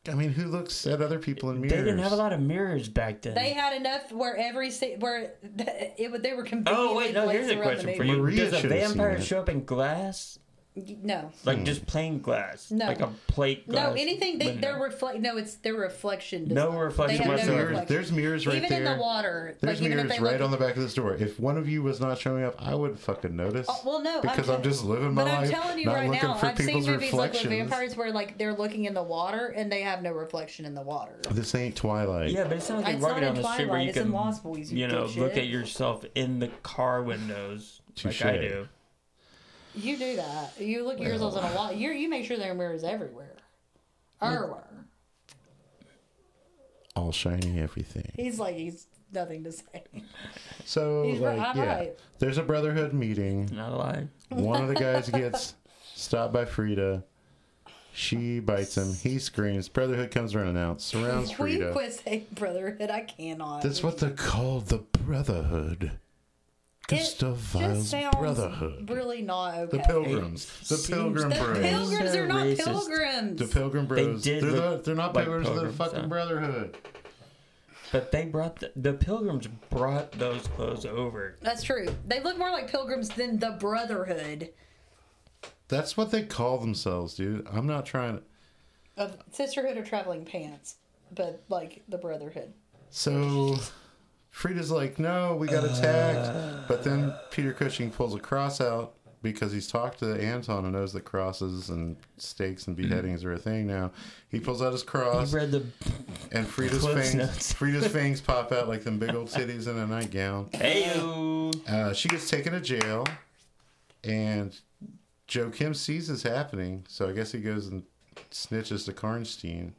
I mean, who looks at other people in mirrors? They didn't have a lot of mirrors back then. They had enough where every se- where it would they were conveniently oh, wait, no, here's placed around a the question for movie. you. Maria Does a should've seen Hmm. vampire that. show up in glass? No, Like just plain glass? No. Like a plate No, glass? anything they, window? they're reflect. No, it's their reflection. No design. reflection They have There's no whatsoever. mirrors, reflection. there's mirrors right even there. in the water. There's like, mirrors even if they right on look, the back of this door. If one of you was not showing up, I would fucking notice. oh, well, no, I'm because I'm, tell- just living my But life, I'm telling you not right looking now, for I've seen people's movies like with reflections. vampires where like they're looking in the water and they have no reflection in the water. This ain't Twilight. Yeah, but it's not like It's you're walking not in down the street where Twilight, you it's in can, Lost Boys, you you know, dipshit. look at yourself in the car windows like I Touche. do. You do that. You look at yours in a lot. You you make sure there are mirrors everywhere. Everywhere. all shiny everything. He's like he's nothing to say. So He's like, right, I'm yeah, right. there's a brotherhood meeting. Not a lie. One of the guys gets stopped by Frida. She bites him. He screams. Brotherhood comes running out, surrounds We Frida. quit saying brotherhood. I cannot. That's what they're called, the Brotherhood. It Gustav just Vile's sounds Brotherhood. Really not okay. The Pilgrims. The Seems- Pilgrim The Bros. pilgrims are not They're racist. pilgrims. the Pilgrim Bros. They did are look the, they're not like Pilgrims, they're pilgrims, fucking huh? Brotherhood. But they brought the, the pilgrims brought those clothes over. That's true. They look more like pilgrims than the brotherhood That's what they call themselves, dude. I'm not trying to. of sisterhood of traveling pants, but like the brotherhood. So Frida's like, no, we got attacked. Uh. but then Peter Cushing pulls a cross out because he's talked to Anton and knows that crosses and stakes and beheadings are a thing now. He pulls out his I cross read the and Frida's Cliff's fangs, notes. Frida's fangs pop out like them big old titties in a nightgown. Heyo. Uh, she gets taken to jail, and Joe Kim sees this happening, so I guess he goes and snitches to Karnstein.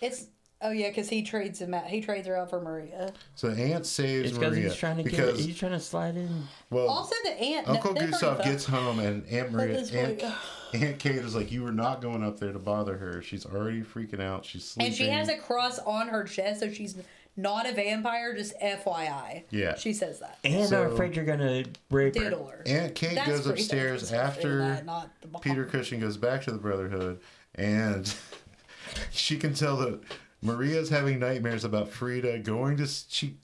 It's oh yeah, because he trades him out. He trades her out for Maria. So the aunt saves It's because Maria he's trying to get. because He's trying to slide in. well, Also, the aunt. Uncle they've already Gustav fucked. gets home, and Aunt Maria, this Aunt, point- Aunt Kate is like, "You were not going up there to bother her. She's already freaking out. She's sleeping." and she has a cross on her chest, so she's not a vampire. Just FYI. Yeah. She says that. And So- I'm afraid you're gonna rape her. Diddler. Aunt Kate goes pretty upstairs dangerous. after That, not the mom. Peter Cushing goes back to the Brotherhood, and she can tell that Maria's having nightmares about Frida going to. s- She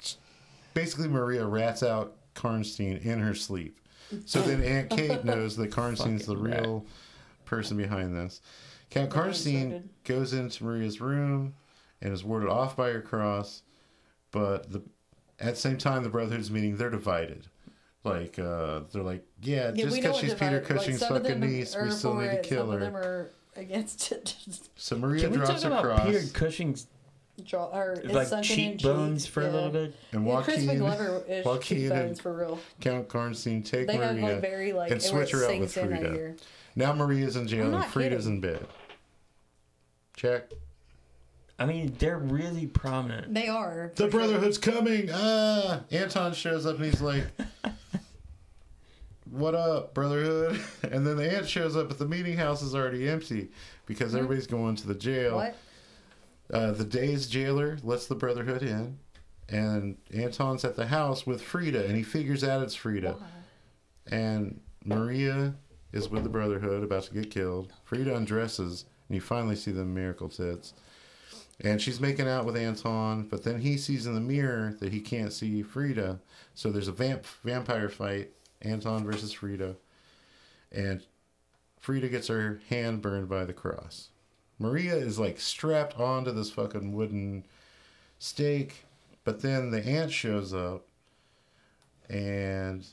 basically Maria rats out Karnstein in her sleep. So then Aunt Kate knows that Karnstein's the Fucking rat. real person behind this. Count Karnstein good. goes into Maria's room and is warded off by her cross, but the at the same time the Brotherhood's meeting they're divided. Like uh, they're like, yeah, Yeah, just we know because what she's divided- Peter like, Cushing's some of fucking them niece, are we still for need to it, kill Some of them her. are against it. Just So Maria Can we talk drops her about cross. Peter Cushing's draw or it's like sunken in cheekbones cheeks, for a yeah. little bit? And Yeah, Crispin Joaquin, Glover is Joaquin cheekbones and for real. Count Karnstein take They have Maria like very like and it where switch her it out with sinks in right Frida. here. Now Maria's in jail I'm and not Frida's kidding. in bed. Check. I mean, they're really prominent. They are. The for sure. Brotherhood's coming! Ah! Anton shows up and he's like, What up, Brotherhood? And then the aunt shows up, but the meeting house is already empty because everybody's going to the jail. What? Uh, the day's jailer lets the Brotherhood in, and Anton's at the house with Frida, and he figures out it's Frida. And Maria is with the Brotherhood, about to get killed. Frida undresses, and you finally see the miracle tits. And she's making out with Anton, but then he sees in the mirror that he can't see Frida. So there's a vamp vampire fight, Anton versus Frida. And Frida gets her hand burned by the cross. Maria is like strapped onto this fucking wooden stake, but then the aunt shows up, and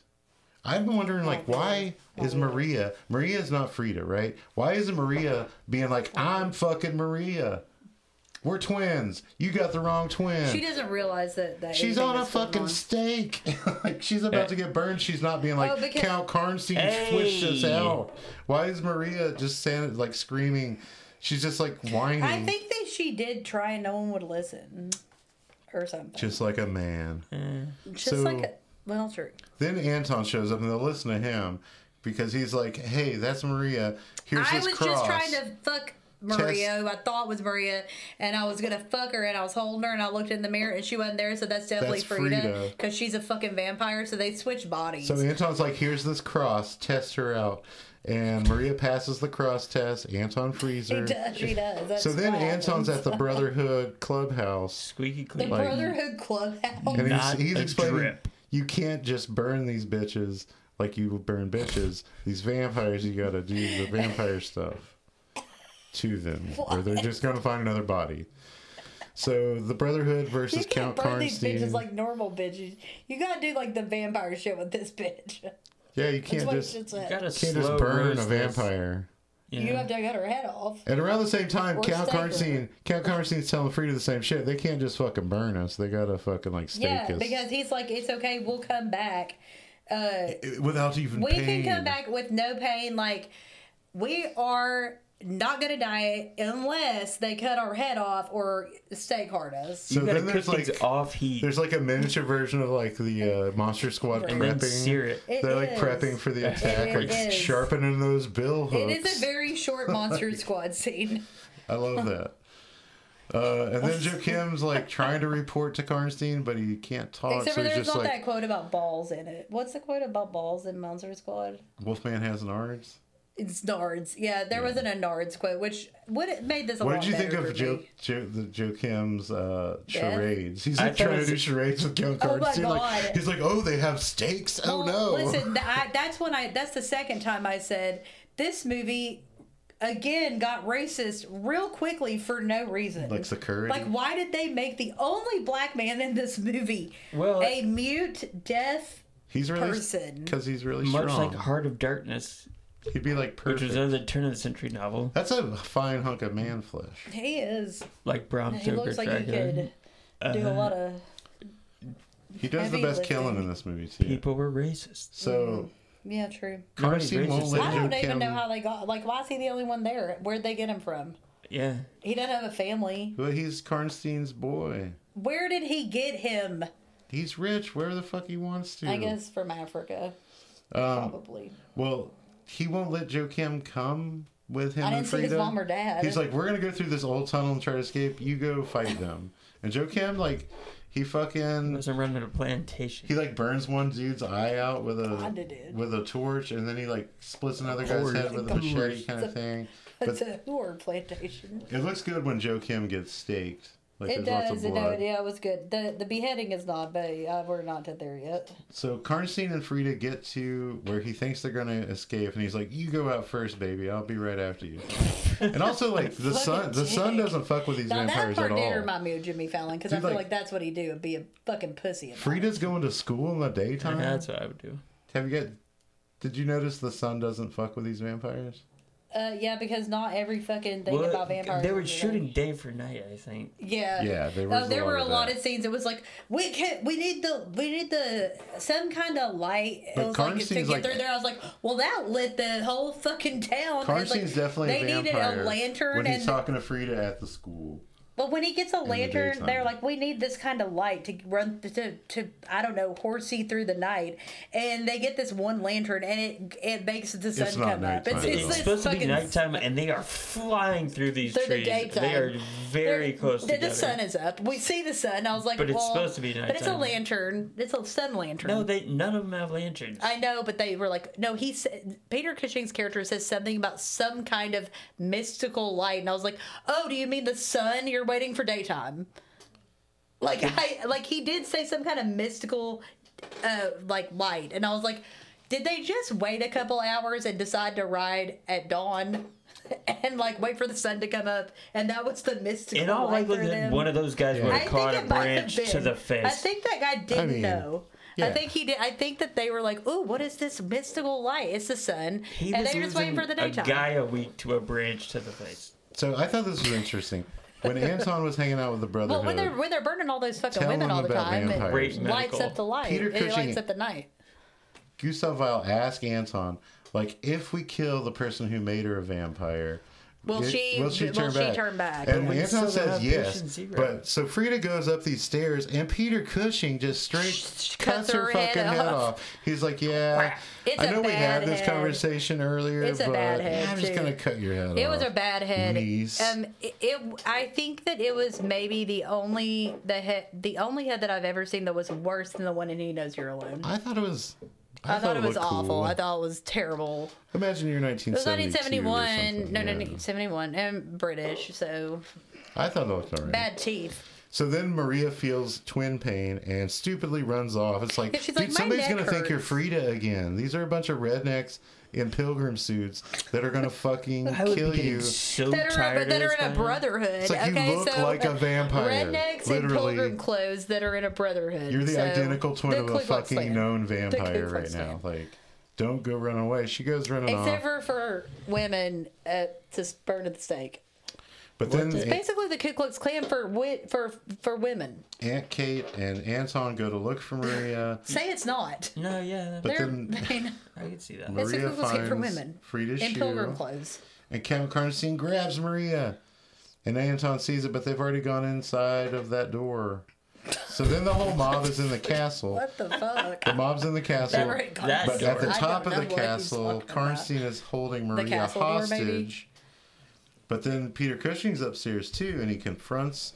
I've been wondering like, why is Maria? Maria is not Frida, right? Why isn't Maria being like, I'm fucking Maria? We're twins. You got the wrong twin. She doesn't realize that. that She's anything on a that's going fucking on. stake. like she's about to get burned. She's not being like Oh, because- Count Karnstein switched us Hey. out. Why is Maria just standing like screaming? She's just like whining, I think that she did try and no one would listen, or something. Just, just like a man. so- like a, well, true. Then Anton shows up and they'll listen to him because he's like, "Hey, that's Maria. Here's I his was cross." just trying to fuck Maria, who I thought was Maria, and I was gonna fuck her, and I was holding her, and I looked in the mirror, and she wasn't there, so that's definitely That's Frida, Frida. because she's a fucking vampire. So they switch bodies. So Anton's like, "Here's this cross. Test her out." And Maria passes the cross test. Anton frees she her. does. She does. That's So then what Anton's happens. at the Brotherhood clubhouse. Squeaky the clean. Brotherhood Clubhouse. And he's, Not he's a explaining drip. you can't just burn these bitches like you would burn bitches. These vampires, you gotta do the vampire stuff to them, or they're just gonna find another body. So the Brotherhood versus You can't Count burn these bitches Karnstein. like normal bitches. You gotta do like the vampire shit with this bitch. yeah, you That's can't what just it can't said. Gotta just slow burn a roast this. vampire. Yeah. You have to cut her head off. And around the same time, Or Count stake her. Karnstein, Count Karnstein's telling Frida the same shit. They can't just fucking burn us. They gotta fucking like stake Yeah, us. because he's like, it's okay, we'll come back. Uh, without even we pain. can come back with no pain. Like we are not gonna die unless they cut our head off or stake hard us. So you gotta then cook there's things like off heat there's like a miniature version of like the uh, Monster Squad Right. and prepping. then sear it. It They're like is. prepping for the attack, It like is. sharpening those bill hooks. It is a very short Monster Squad scene. I love that. Uh, and then Joe Kim's like trying to report to Karnstein, but he can't talk. Except so for he's there's just not like, that quote about balls in it. What's the quote about balls in Monster Squad? Wolfman has nards. It's Nards. Yeah, there wasn't a Nards quote, which would it made this a What lot did you think better of for Joe, me. Joe, the Joe Kim's uh, Death? charades? He's I like thought trying to it do was- charades with Gil Oh my Karnstein. like, God. he's like, oh, they have stakes? Oh, Well, no. Listen, th- I, that's when I. That's the second time I said this movie again got racist real quickly for no reason. Like Security? Like, why did they make the only black man in this movie Well- a mute, deaf? he's really person. because he's really much strong. like Heart of Darkness, He'd be like which perfect. was another turn of the century novel, That's a fine hunk of man flesh. He is. like Bram He Stoker looks like he Dracula. could do a lot of. He does the Heavy best killing lifting. Mm-hmm. in this movie too. People were racist. So Yeah, true. Nobody's Karnstein won't racist. let I don't Joe even Kim. know how they got. Like, why is he the only one there? Where'd they get him from? Yeah, He doesn't have a family. Well, he's Karnstein's boy. Where did he get him? He's rich where the fuck he wants to. I guess from Africa, Um, probably. Well, he won't let Joe Kim come with him I and didn't see Frida. his mom or dad. He's like, we're gonna go through this old tunnel and try to escape. You go fight them. And Joe Kim, like, he it fucking was a run at a plantation. he like burns one dude's eye out with Kinda a did. with a torch, and then he like splits another guy's Torch. head with a Torch. machete kind of thing. it's But a horror plantation. it looks good when Joe Kim gets staked. Like It there's lots does. of It, no, blood. yeah, it was good. The the beheading is not, but uh, we're not to there yet. So Karnstein and Frida get to where he thinks they're gonna escape, and he's like, "You go out first, baby. I'll be right after you." and also, like the sun, the sun dick. doesn't fuck with these Now that vampires part at did all. remind me of Jimmy Fallon because I Dude, feel like, like- that's what he do would be a fucking pussy. about it. Frida's going to school in the Yeah, daytime. that's what I would do. Have you got? Did you notice the sun doesn't fuck with these vampires? Uh, yeah, because not every fucking thing Well, about vampires. they were is- shooting day for night, I think. Yeah. Yeah, there Uh, was there a lot were a of lot that. of scenes. It was like we can we need the we need the some kind of light. It But was like to Karnstein's get like- through there. I was like, well, that lit the whole fucking town. And it's like, Karnstein's definitely they a vampire. needed a lantern when he's and talking to Frida at the school. But when he gets a lantern, daytime. they're like, "We need this kind of light to run to, to I don't know, horsey through the night." And they get this one lantern, and it it makes the sun not come up. It's, nighttime, it's, though. It's this supposed to be fucking- nighttime, and they are flying through these Through the trees. They daytime. are very close the, together. the sun is up. We see the sun. I was like, But it's well, supposed to be But it's a nighttime. lantern. It's a sun lantern. no, they none of them have lanterns. I know, but they were like, no. He said Peter Cushing's character says something about some kind of mystical light, and I was like, oh, do you mean the sun? You're waiting for daytime. Like I like he did say some kind of mystical, uh, like light, and I was like, did they just wait a couple hours and decide to ride at dawn? And like wait for the sun to come up, and that was the mystical. In all light for likelihood, them? one of those guys would I have think caught a it might branch have to been. the face. I think that guy didn't mean, know. I yeah. think he did. I think that they were like, "Ooh, what is this mystical light? It's the sun," he and was they were just waiting for losing the A daytime. guy a week to a branch to the face. So I thought this was interesting. when Anton was hanging out with the well, Brotherhood, when they're when they're burning all those fucking Tell women them all the about time, it lights vampires. Great medical. up the light. Peter it lights Cushing- up the night. Gustav Vile asked Anton, like, if we kill the person who made her a vampire, Will she- will she turn back? And But we Anton still says have yes. patient zero. But so Frida goes up these stairs, and Peter Cushing just straight cuts cuts her her fucking head head off. off. He's like, yeah, It's I a know we bad had this head. conversation earlier, It's a but bad head, I'm just too. gonna cut your head off. It was a bad head. Niece. Um, it, it- I think that it was maybe the only the head the only head that I've ever seen that was worse than the one in He Knows You're Alone. I thought it was. I, I, thought it was looked awful. cool. I thought it was terrible. Imagine you're 1972. It was or 1971. something, No, no, yeah. no, 71. I'm British, so I thought it looked alright. bad teeth. So then Maria feels twin pain and stupidly runs off. It's like, Yeah, she's dude, like, "My somebody's neck gonna think you're hurts." Frida again. These are a bunch of rednecks in pilgrim suits that are gonna fucking I would kill be getting you. so That are, tired but that of are this in by a now. brotherhood. It's like you okay, look so uh, like a vampire, Rednecks in literally. pilgrim clothes that are in a brotherhood. You're the so- identical twin The of a Ku Klux fucking Klan. known Ku vampire Klux right now. Like, don't go run away. She goes running Except uh, off. for for women at to burn at the stake. But then What the- Aunt, Basically, the Ku Klux Klan for wit for for women. Aunt Kate and Anton go to look for Maria. Say it's not. No, yeah, that, But They're, then- I can see that. Maria It's a Ku Klux Klan for finds women. Frida's in shoe, pilgrim clothes. and Count Karnstein grabs Maria, and Anton sees it, but they've already gone inside of that door. So then the whole mob is in the castle. What the fuck? The mob's in the castle. Never had That But context. at the I top don't of the know what he's castle, talking about. Karnstein is holding Maria castle door, maybe? hostage. But then Peter Cushing's upstairs too, and he confronts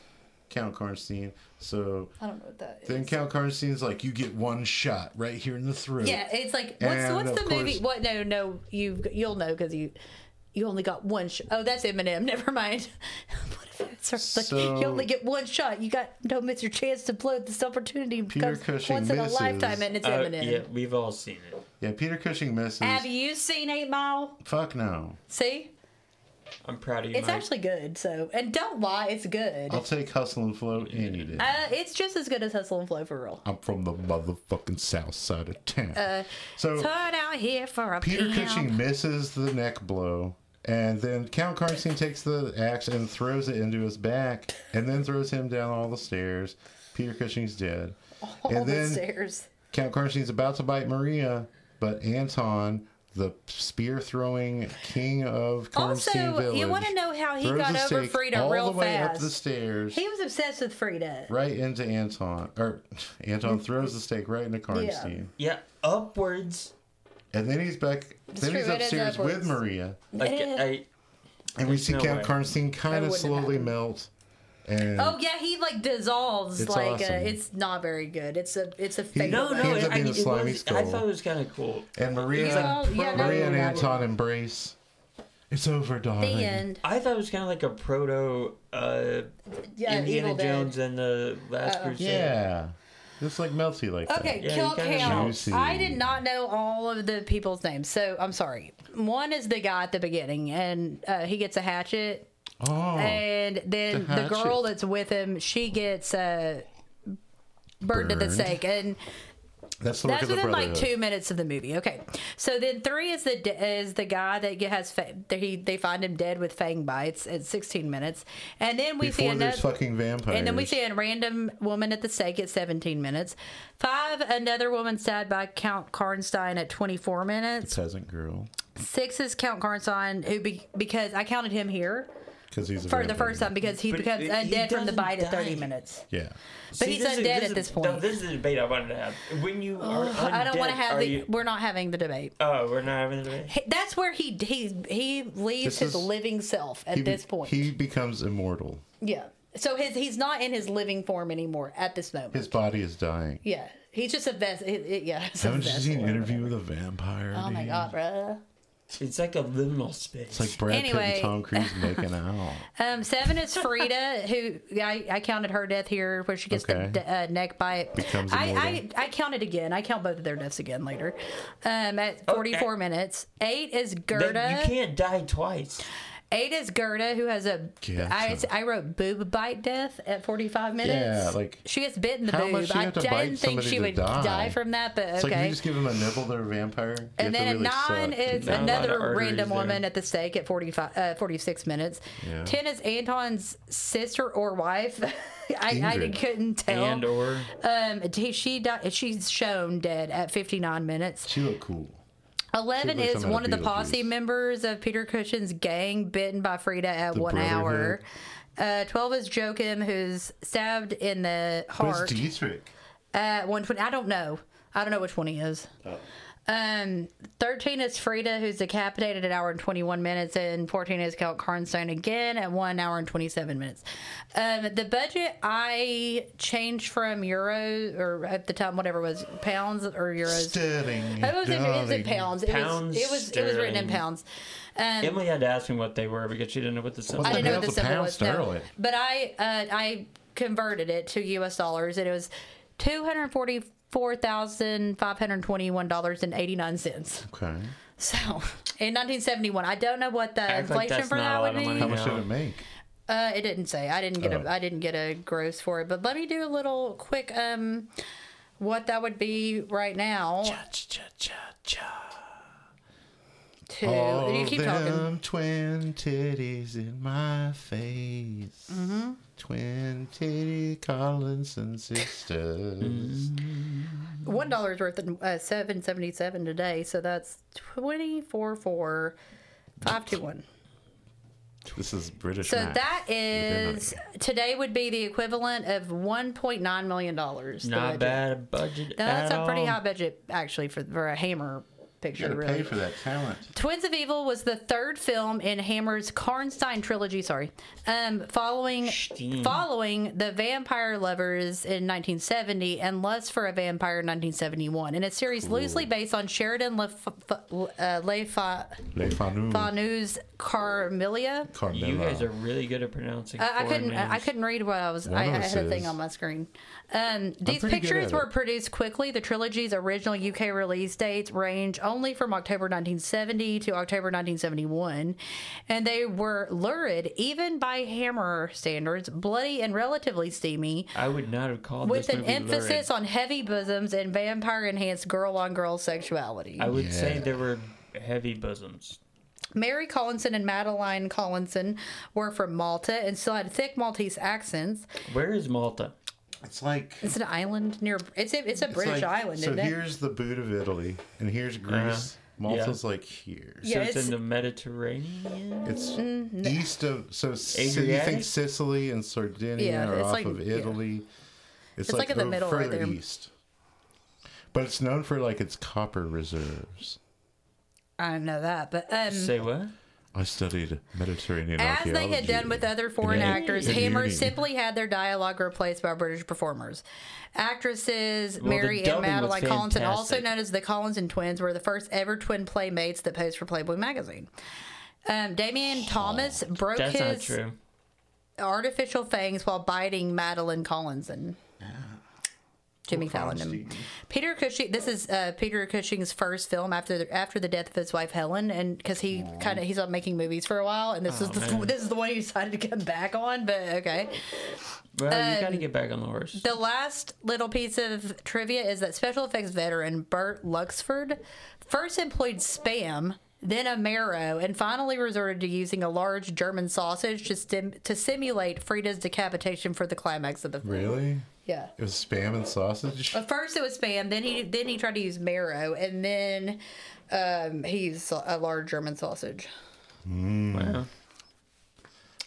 Count Karnstein. So I don't know what that is. then Count Karnstein's like, "You get one shot right here in the throat." Yeah, it's like what's And what's of the movie? course- What? No, no, you you'll know because you you only got one. Sh- oh, that's Eminem. Never mind. what if it's sort of like, you So- only get one shot? You got don't miss your chance to blow. This opportunity Peter becomes Cushing once in a misses. lifetime, and it's Uh, Eminem. yeah, we've all seen it. Yeah, Peter Cushing misses. Have you seen Eight Mile? Fuck no. See, I'm proud of you. it's Mike. actually good. So, and don't lie, it's good. I'll take Hustle and Flow any day. Uh, it's just as good as Hustle and Flow for real. I'm from the motherfucking south side of town. Uh, so Turn out here for a Oh. Peter pound. Cushing misses the neck blow, and then Count Karnstein takes the axe and throws it into his back, and then throws him down all the stairs. Peter Cushing's dead, All and the then stairs. Count Karnstein's about to bite Maria, but Anton, the spear throwing king of Karnstein Also, Village, you want to know how he throws got the over stake Frida all real the way fast. up the stairs. He was obsessed with Frida. Right into Anton, or Anton throws the stake right into Karnstein, yeah, upwards. and then he's back. Then he's Distributed upstairs with upwards. Maria, Like I, And we see no Count way. Karnstein kind That of wouldn't slowly happen. melt. And Oh yeah, he like dissolves. It's like awesome. uh, it's not very good. It's a it's a fake. no, He no, ends it, up I, being a it slimy was, I skull. thought it was kind of cool. and Maria, Yeah, yeah, no, Maria and no, no. Anton embrace. It's over, the darling. end. I thought it was kind of like a proto uh, Yeah, Indiana Evil Dead. Jones and the Last Crusade. Yeah, it's like melty like Okay, Yeah, kill you kinda count. Juicy. I did not know all of the people's names, so I'm sorry. One is the guy at the beginning, and uh, he gets a hatchet, that. Oh, and then The the, girl hatchet. that's with him, she gets uh, burned, at the Burned. stake, and that's the work That's of the within like brotherhood. two minutes of the movie. Okay, so then three is the de- is the guy that ge- has fa- that he they find him dead with fang bites at 16 minutes, and then we see Before another. there's fucking vampires. and then we see a random woman at the stake at 17 minutes. Five, another woman stabbed by Count Karnstein at 24 minutes. peasant girl Six is Count Karnstein, who be- because I counted him here because he's a for the vampire. first time because he But becomes he undead from the doesn't bite at 30 die. minutes. Yeah, But he's this is- undead is- at this No, point. Oh, this is a debate I wanted to have. When you are undead, I don't want to have are the. you- We're not having the debate. oh, we're not having a debate. He- That's where he he he leaves This his is- living self at he, be- this point. he becomes immortal. yeah. So his he's not in his living form anymore at this moment. His body is dydying. yeah. He's just a vest. It, it- yeah. it's a Haven't you vessel seen or Interview whatever. with a Vampire? Oh my dude? god, bruh. It's like a liminal space. It's like Brad Pitt Anyway. and Tom Cruise making out. Um, seven is Frida, who I, I counted her death here, where she gets Okay. the d- uh, neck bite. Becomes I, immortal. I I counted again. I count both of their deaths again later. Um, at forty four minutes. Eight is Gerda. That- you can't die twice. Eight is Gerda, who has a. Yeah, I, so- I wrote boob bite death at 45 minutes. Yeah, like- She gets bit in the How boob. much do you I have to didn't bite think somebody she to would die? from that, but It's like if okay. you just give him a nibble, they're a vampire. You have and to then really at nine suck. is Not a lot of another arteries random there. woman at the stake at 45, uh, 46 minutes. Yeah. 10 is Anton's sister or wife. I, I Ingrid. couldn't tell. And or um, he- she di- she's shown dead at 59 minutes. She looked cool. 11 She looks is like one of the Beetlejuice. posse members of Peter Cushing's gang bitten by Frida at The one hour. Brotherhood. Uh, 12 is Joachim, who's stabbed in the Where's heart Dietrich? at 120. I don't know. I don't know which one he is. Um, 13 is Frida, who's decapitated at hour and 21 minutes. And 14 is Count Carnstone again at 1 hour and 27 minutes. Um, the budget I changed from euros, or at the time, whatever it was, pounds or euros. Sterling. It was in, it was in darling. pounds. It Pounds was it was it was written in sterling. pounds. Um, Emily had to ask me what they were because she didn't know what the symbol. What I the didn't know what the hell's a symbol was. pound No. sterling? But I uh, I converted it to U.S. dollars, and it was two hundred forty four thousand five hundred twenty one dollars and eighty nine cents. Okay. So in nineteen seventy one, I don't know what the Act like inflation that's for not a that would lot of be. How money. much know. did it make? Uh, it didn't say. I didn't get Oh. a I didn't get a gross for it. But let me do a little quick um, what that would be right now. To you keep talking. them twin titties in my face. Mm-hmm. When Katie Collinson's sisters. One dollar's worth of uh, seven seventy seven today, so that's twenty four four five two one. Mm-hmm. this is British. So math. that did is today would be the equivalent of one point nine million dollars. Not bad a budget. That's at a pretty all. high budget actually for, for a Hammer You picture. gotta really. pay for that talent. Twins of Evil was the third film in Hammer's Karnstein trilogy. Sorry, um, following Steam. following the Vampire Lovers in 1970 and Lust for a Vampire in 1971, in a series loosely based on Sheridan Le, F- F- uh, Le Fa- Le Fanu. Fanu's Carmelia. Carmela. You guys are really good at pronouncing. I, I foreign couldn't. Names. I couldn't read what I was. I, I One of us had a thing is. on my screen. Um, these pretty good pictures at were it. produced quickly. The trilogy's original UK release dates range only from October 1970 to October 1971, and they were lurid, even by Hammer standards, bloody and relatively steamy, I would not have called with this an movie lurid. emphasis on heavy bosoms and vampire-enhanced girl-on-girl sexuality. I would say Yeah. there were heavy bosoms. Mary Collinson and Madeline Collinson were from Malta and still had thick Maltese accents. Where is Malta? It's like. It's an island near. It's a, it's a it's British like- island, So isn't it? here's the boot of Italy, and here's Uh-huh. Greece. Malta's like here. Yeah, Mm, so it's, it's- in the Mediterranean. It's east of so so you Adriatic? think Sicily and Sardinia Yeah, are it's off like- of yeah. Italy. It's, like in the over- middle right further there. east. But it's known for like its copper reserves. I don't know that, but um, Say what? I studied Mediterranean as they had done with other foreign Yeah. actors, Yeah. Hammer Beauty. simply had their dialogue replaced by British performers. Actresses the Mary and dubbing was Madeline Collinson, also fantastic. known as the Collinson twins, were the first ever twin playmates that posed for Playboy magazine. Um, Damian Thomas broke That's not his true. artificial fangs while biting Madeline Collinson. Jimmy Fallon. and- Peter Cushing. This is uh, Peter Cushing's first film after the, after the death of his wife Helen, and because he kind of he's on making movies for a while, and this is the, man. this is the one he decided to come back on. But okay, Well, you gotta get back on the horse. Um, the last little piece of trivia is that special effects veteran Burt Luxford first employed spam, then a marrow, and finally resorted to using a large German sausage to stim- to simulate Frida's decapitation for the climax of the film. Really? Yeah. It was spam and sausage? At first it was spam, then he then he tried to use marrow, and then um, he used a large German sausage. Wow.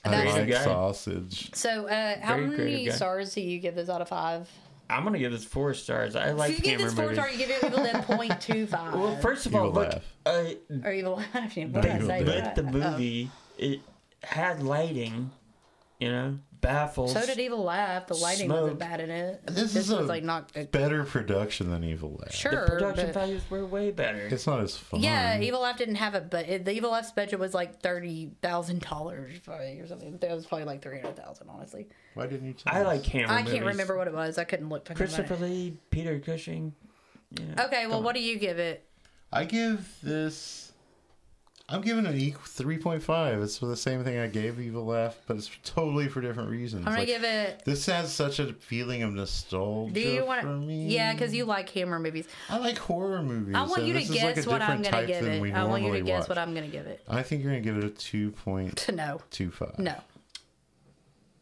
I That's- like guy. sausage. So, uh, how Very creative many guy. stars do you give this out of five? I'm gonna give this four stars. I like if you give Hammer this four movies. star, you give Evil Dead point two five. Well, first of You all, will look, laugh. uh, or Evil Laugh. What did I Evil say? Dead. but the movie it had lighting, you know, baffles. So did Evil Laugh. The lighting wasn't Smoke. bad in it. This, is a was like not good. better production than Evil Laugh. Sure. the production but- values were way better. It's not as fun. yeah, Evil Laugh didn't have it, but it, the Evil Laugh's budget was like thirty thousand dollars or something. That was probably like three hundred thousand, honestly. Why didn't you tell I us? like Hammer. I can't movies. remember what it was. I couldn't look. fucking at it. Christopher Lee, Peter Cushing. You know, Okay, well, what do you give it? I give this. I'm giving it an equal 3.5. It's for the same thing I gave Evil Laugh, but it's totally for different reasons. I'm gonna Like, give it. This has such a feeling of nostalgia Do you for want? me. Yeah, because you like Hammer movies. I like horror movies. I want and you to this is like guess a what I'm different gonna type give than we it. I want you to normally guess watch. what I'm gonna give it. I think you're gonna give it a 2.25. To no, no,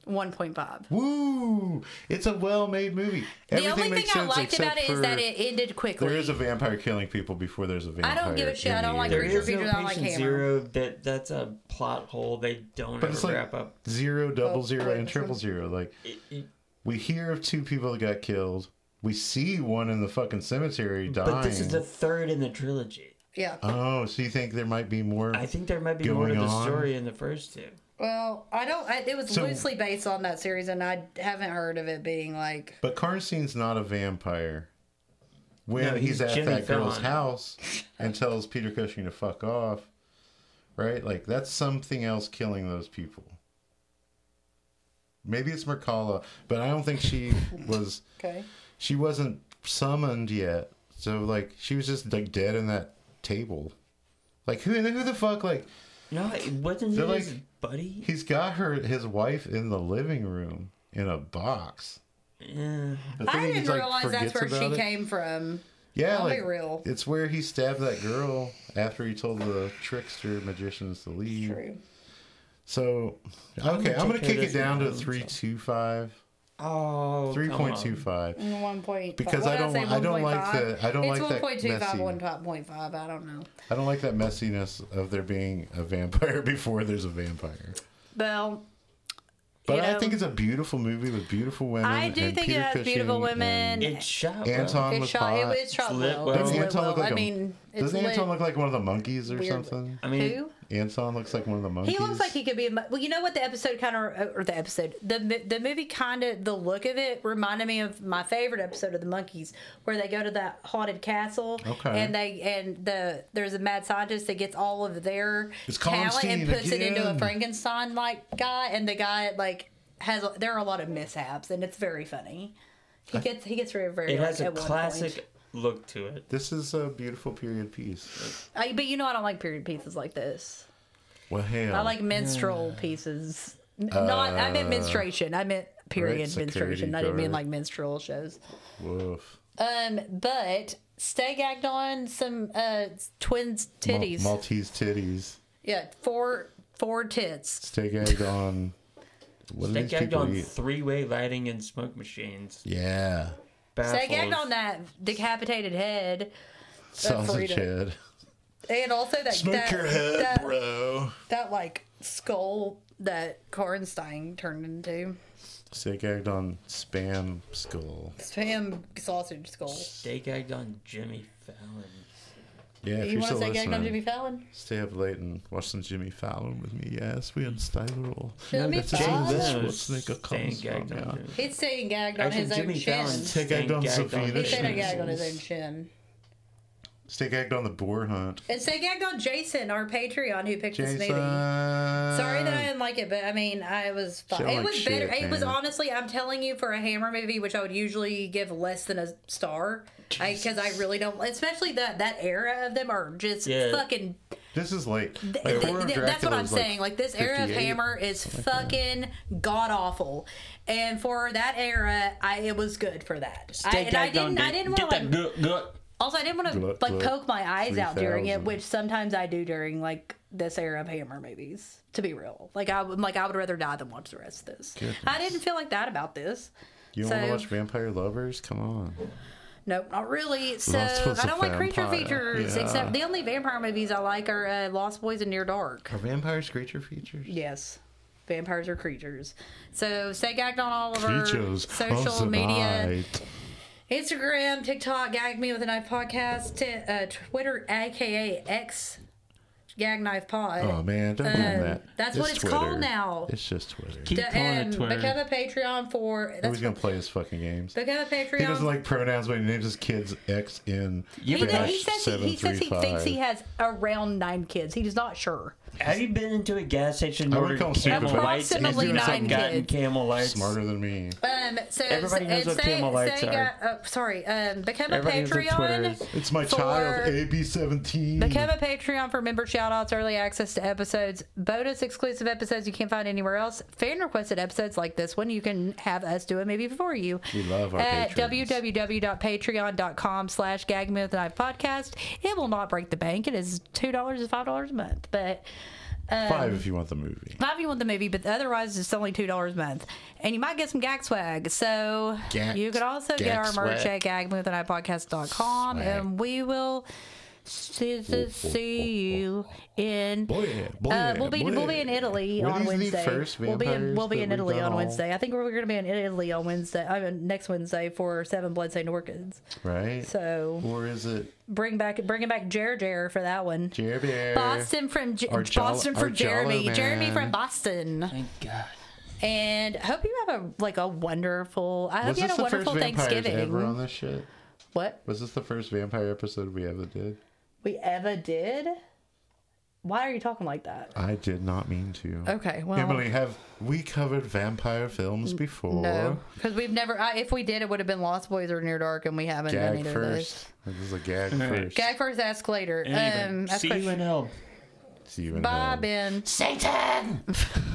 one point five. Woo! It's a well-made movie. The only thing makes I sense liked about except it is that for- it ended quickly. There is a vampire killing people before there's a I vampire. don't give a shit. I don't like in There the Creature is area. no feature that I like Patient Hammer. Zero. That that's a plot hole. They don't But ever it's like wrap up. zero, double Oh, zero, wait, and this one. triple zero. Like It- it- we hear of two people that got killed. We see one in the fucking cemetery dying. But this is the third in the trilogy. yeah. Oh, so you think there might be more? I think there might be more to Going the on. story in the first two. Well, I don't. I, it was So- loosely based on that series, and I haven't heard of it being like. But Karnstein's not a vampire. When No, he's, he's at Jimmy that girl's Fallon. house and tells Peter Cushing to fuck off, right? Like that's something else killing those people. Maybe it's Mercala, but I don't think she was. Okay. She wasn't summoned yet, so like she was just like dead in that table. Like who? Who the fuck? Like No, it wasn't They're it his like- buddy. he's got her, his wife, in the living room in a box. Yeah. The I thing is, didn't like, realize that's forgets where she about it. came from. Yeah, I'll be like, real. It's where he stabbed that girl after he told the trickster magicians to leave. True. So, gonna okay, I'm take going to care of kick it this down to one, so. 325. Oh, 3.25. One point Because what I did don't- say, I don't like 1.5? the- I don't it's like that messy. 1.25, I don't know. I don't like that messiness of there being a vampire before there's a vampire. Well, But You I know- think it's a beautiful movie with beautiful women. I do and think it Peter has beautiful Cushing women. and It It's shot. well. Anton it's was shot. hot. It, it's shot It's lit well. well. It's Doesn't lit Anton well. look like I a- mean, it's Doesn't lit. Anton look like one of the monkeys or weirdly. something? I mean, Who? Anton looks like one of the monkeys. He looks like he could be. A, mo- well, you know what the episode kind of, or the episode, the mo- the movie kind of, the look of it reminded me of my favorite episode of The Monkeys, where they go to that haunted castle, Okay. and they and the there's a mad scientist that gets all of their It's talent Constantine and puts it into a again. Frankenstein like guy, and the guy like has a- there are a lot of mishaps, and it's very funny. He gets he gets very very. it like, has a at one classic point. look to it. This is a beautiful period piece. I, but you know I don't like period pieces like this. Well, hell. I like menstrual pieces. N- Not I meant menstruation. I meant period Uh, security menstruation. I didn't mean guard. like menstrual shows. Woof. Um, but Stay gagged on some uh twins Mal- titties. Maltese titties. yeah, four four tits. Steak egged on. What do They these gagged people on eat? three-way lighting and smoke machines. Yeah. Stay Baffles. gagged on that decapitated head, Sausage Frito. head. and also that that, that, bro. that like skull that Kornstein turned into Steak egged on spam skull. spam sausage skull. They gagged on Jimmy Fallon. Yeah, if you you're want still to say gagged on listening, Jimmy Fallon? stay up late and watch some Jimmy Fallon with me. Yes, we on Stylerol. Jimmy that's a shame Fallon? that's Then what Sneaker Stan comes gagged from, on yeah. Jimmy. He's saying gagged on Actually, his own Jimmy chin. Fallon. Take gagged on Sophia. He said I Shit. gagged on his own chin. Stay gagged on the boar hunt. And say gagged on Jason, our Patreon, who picked Jason. this movie. Sorry that I didn't like it, but I mean, I was fine. Shit It like was better. shit, It was man. honestly, I'm telling you, for a Hammer movie, which I would usually give less than a star, because I, really don't. Especially that that era of them are just Yeah. fucking. This is late. th- Like, th- Horror of th- that's what Dracula I'm is, saying. Like this era of 58. Hammer is fucking god awful, and for that era, I it was good for that. I, and I didn't. I didn't want to like good, good. Also, I didn't want to Glut, like glut, poke my eyes out during it, 3000. which sometimes I do during like this era of Hammer movies. To be real, like I would- like I would rather die than watch the rest of this. I didn't feel like that about this. You don't want So- to watch Vampire Lovers? Come on. Nope, not really. So Lost was I a don't like creature vampire. features. Yeah. Except the only vampire movies I like are uh, Lost Boys and Near Dark. Are vampires creature features? Yes. Vampires are creatures. So stay gagged on all of our Creatures. social of media. night. Instagram, TikTok, Gag Me With a Knife Podcast, t- uh, Twitter, aka X Gag Knife Pod. Oh man, don't do that. Uh, that's what it's called now. It's just Twitter. Keep D- calling it and Twitter. become a Patreon for. That's, Who's gonna play his fucking games? become a Patreon. He doesn't like pronouns, but he names his kids X in. You He, Pretty does- he much says he, he says he thinks he has around nine kids. He's not sure. Have you been into a gas station and I would ordered call him camel Superbad. lights and Approximately you've not nine gotten kids. camel lights? smarter than me. Um, so Everybody and knows what say- PMLights say, are. uh, oh, sorry. Um, become Everybody a knows what Twitter Patreon. is. It's my For- child, AB seventeen. Become a Patreon for member shoutouts, early access to episodes, bonus exclusive episodes you can't find anywhere else, fan requested episodes like this one. You can have us do a movie for you. We love our At patrons. www.patreon.com slash gag me with a knife podcast. It will not break the bank. It is $2 to $5 a month, but Five if you want the movie. five you want the movie, but otherwise it's only two dollars a month, and you might get some gag swag. So Gag- you could also get gag our merch swag. at gagmovethanipodcast.com, Swag. Oh, and we will see, see- see you in. Boy, boy, Uh, we'll be boy. we'll be in Italy Were on these the Wednesday. first we'll be in vampires we'll be that in we've Italy done on all? Wednesday. I think we're going to be in Italy on Wednesday. I mean next Wednesday for Seven Blood Saint Orchids. Right. So or is it bring back bringing back Jer Jer for that one. Jerry Bear? Boston from J- Our Jol- Boston our from Jollo Jeremy. Jeremy Man. from Boston. Thank God. and hope you have a like a wonderful. I hope Was you this had a the first wonderful vampires ever Thanksgiving. on this shit? What Was this the first vampire episode we ever did? we ever did? Why are you talking like that? I did not mean to. Okay, well, Emily, have we covered vampire films before? no, because we've never. I, if we did, it would have been Lost Boys or Near Dark, and we haven't done Gag either of those. first. This is a gag first. Gag first, ask later. Anyway, Um, ask see you question. in hell. See you in Bye, hell. Ben. Satan!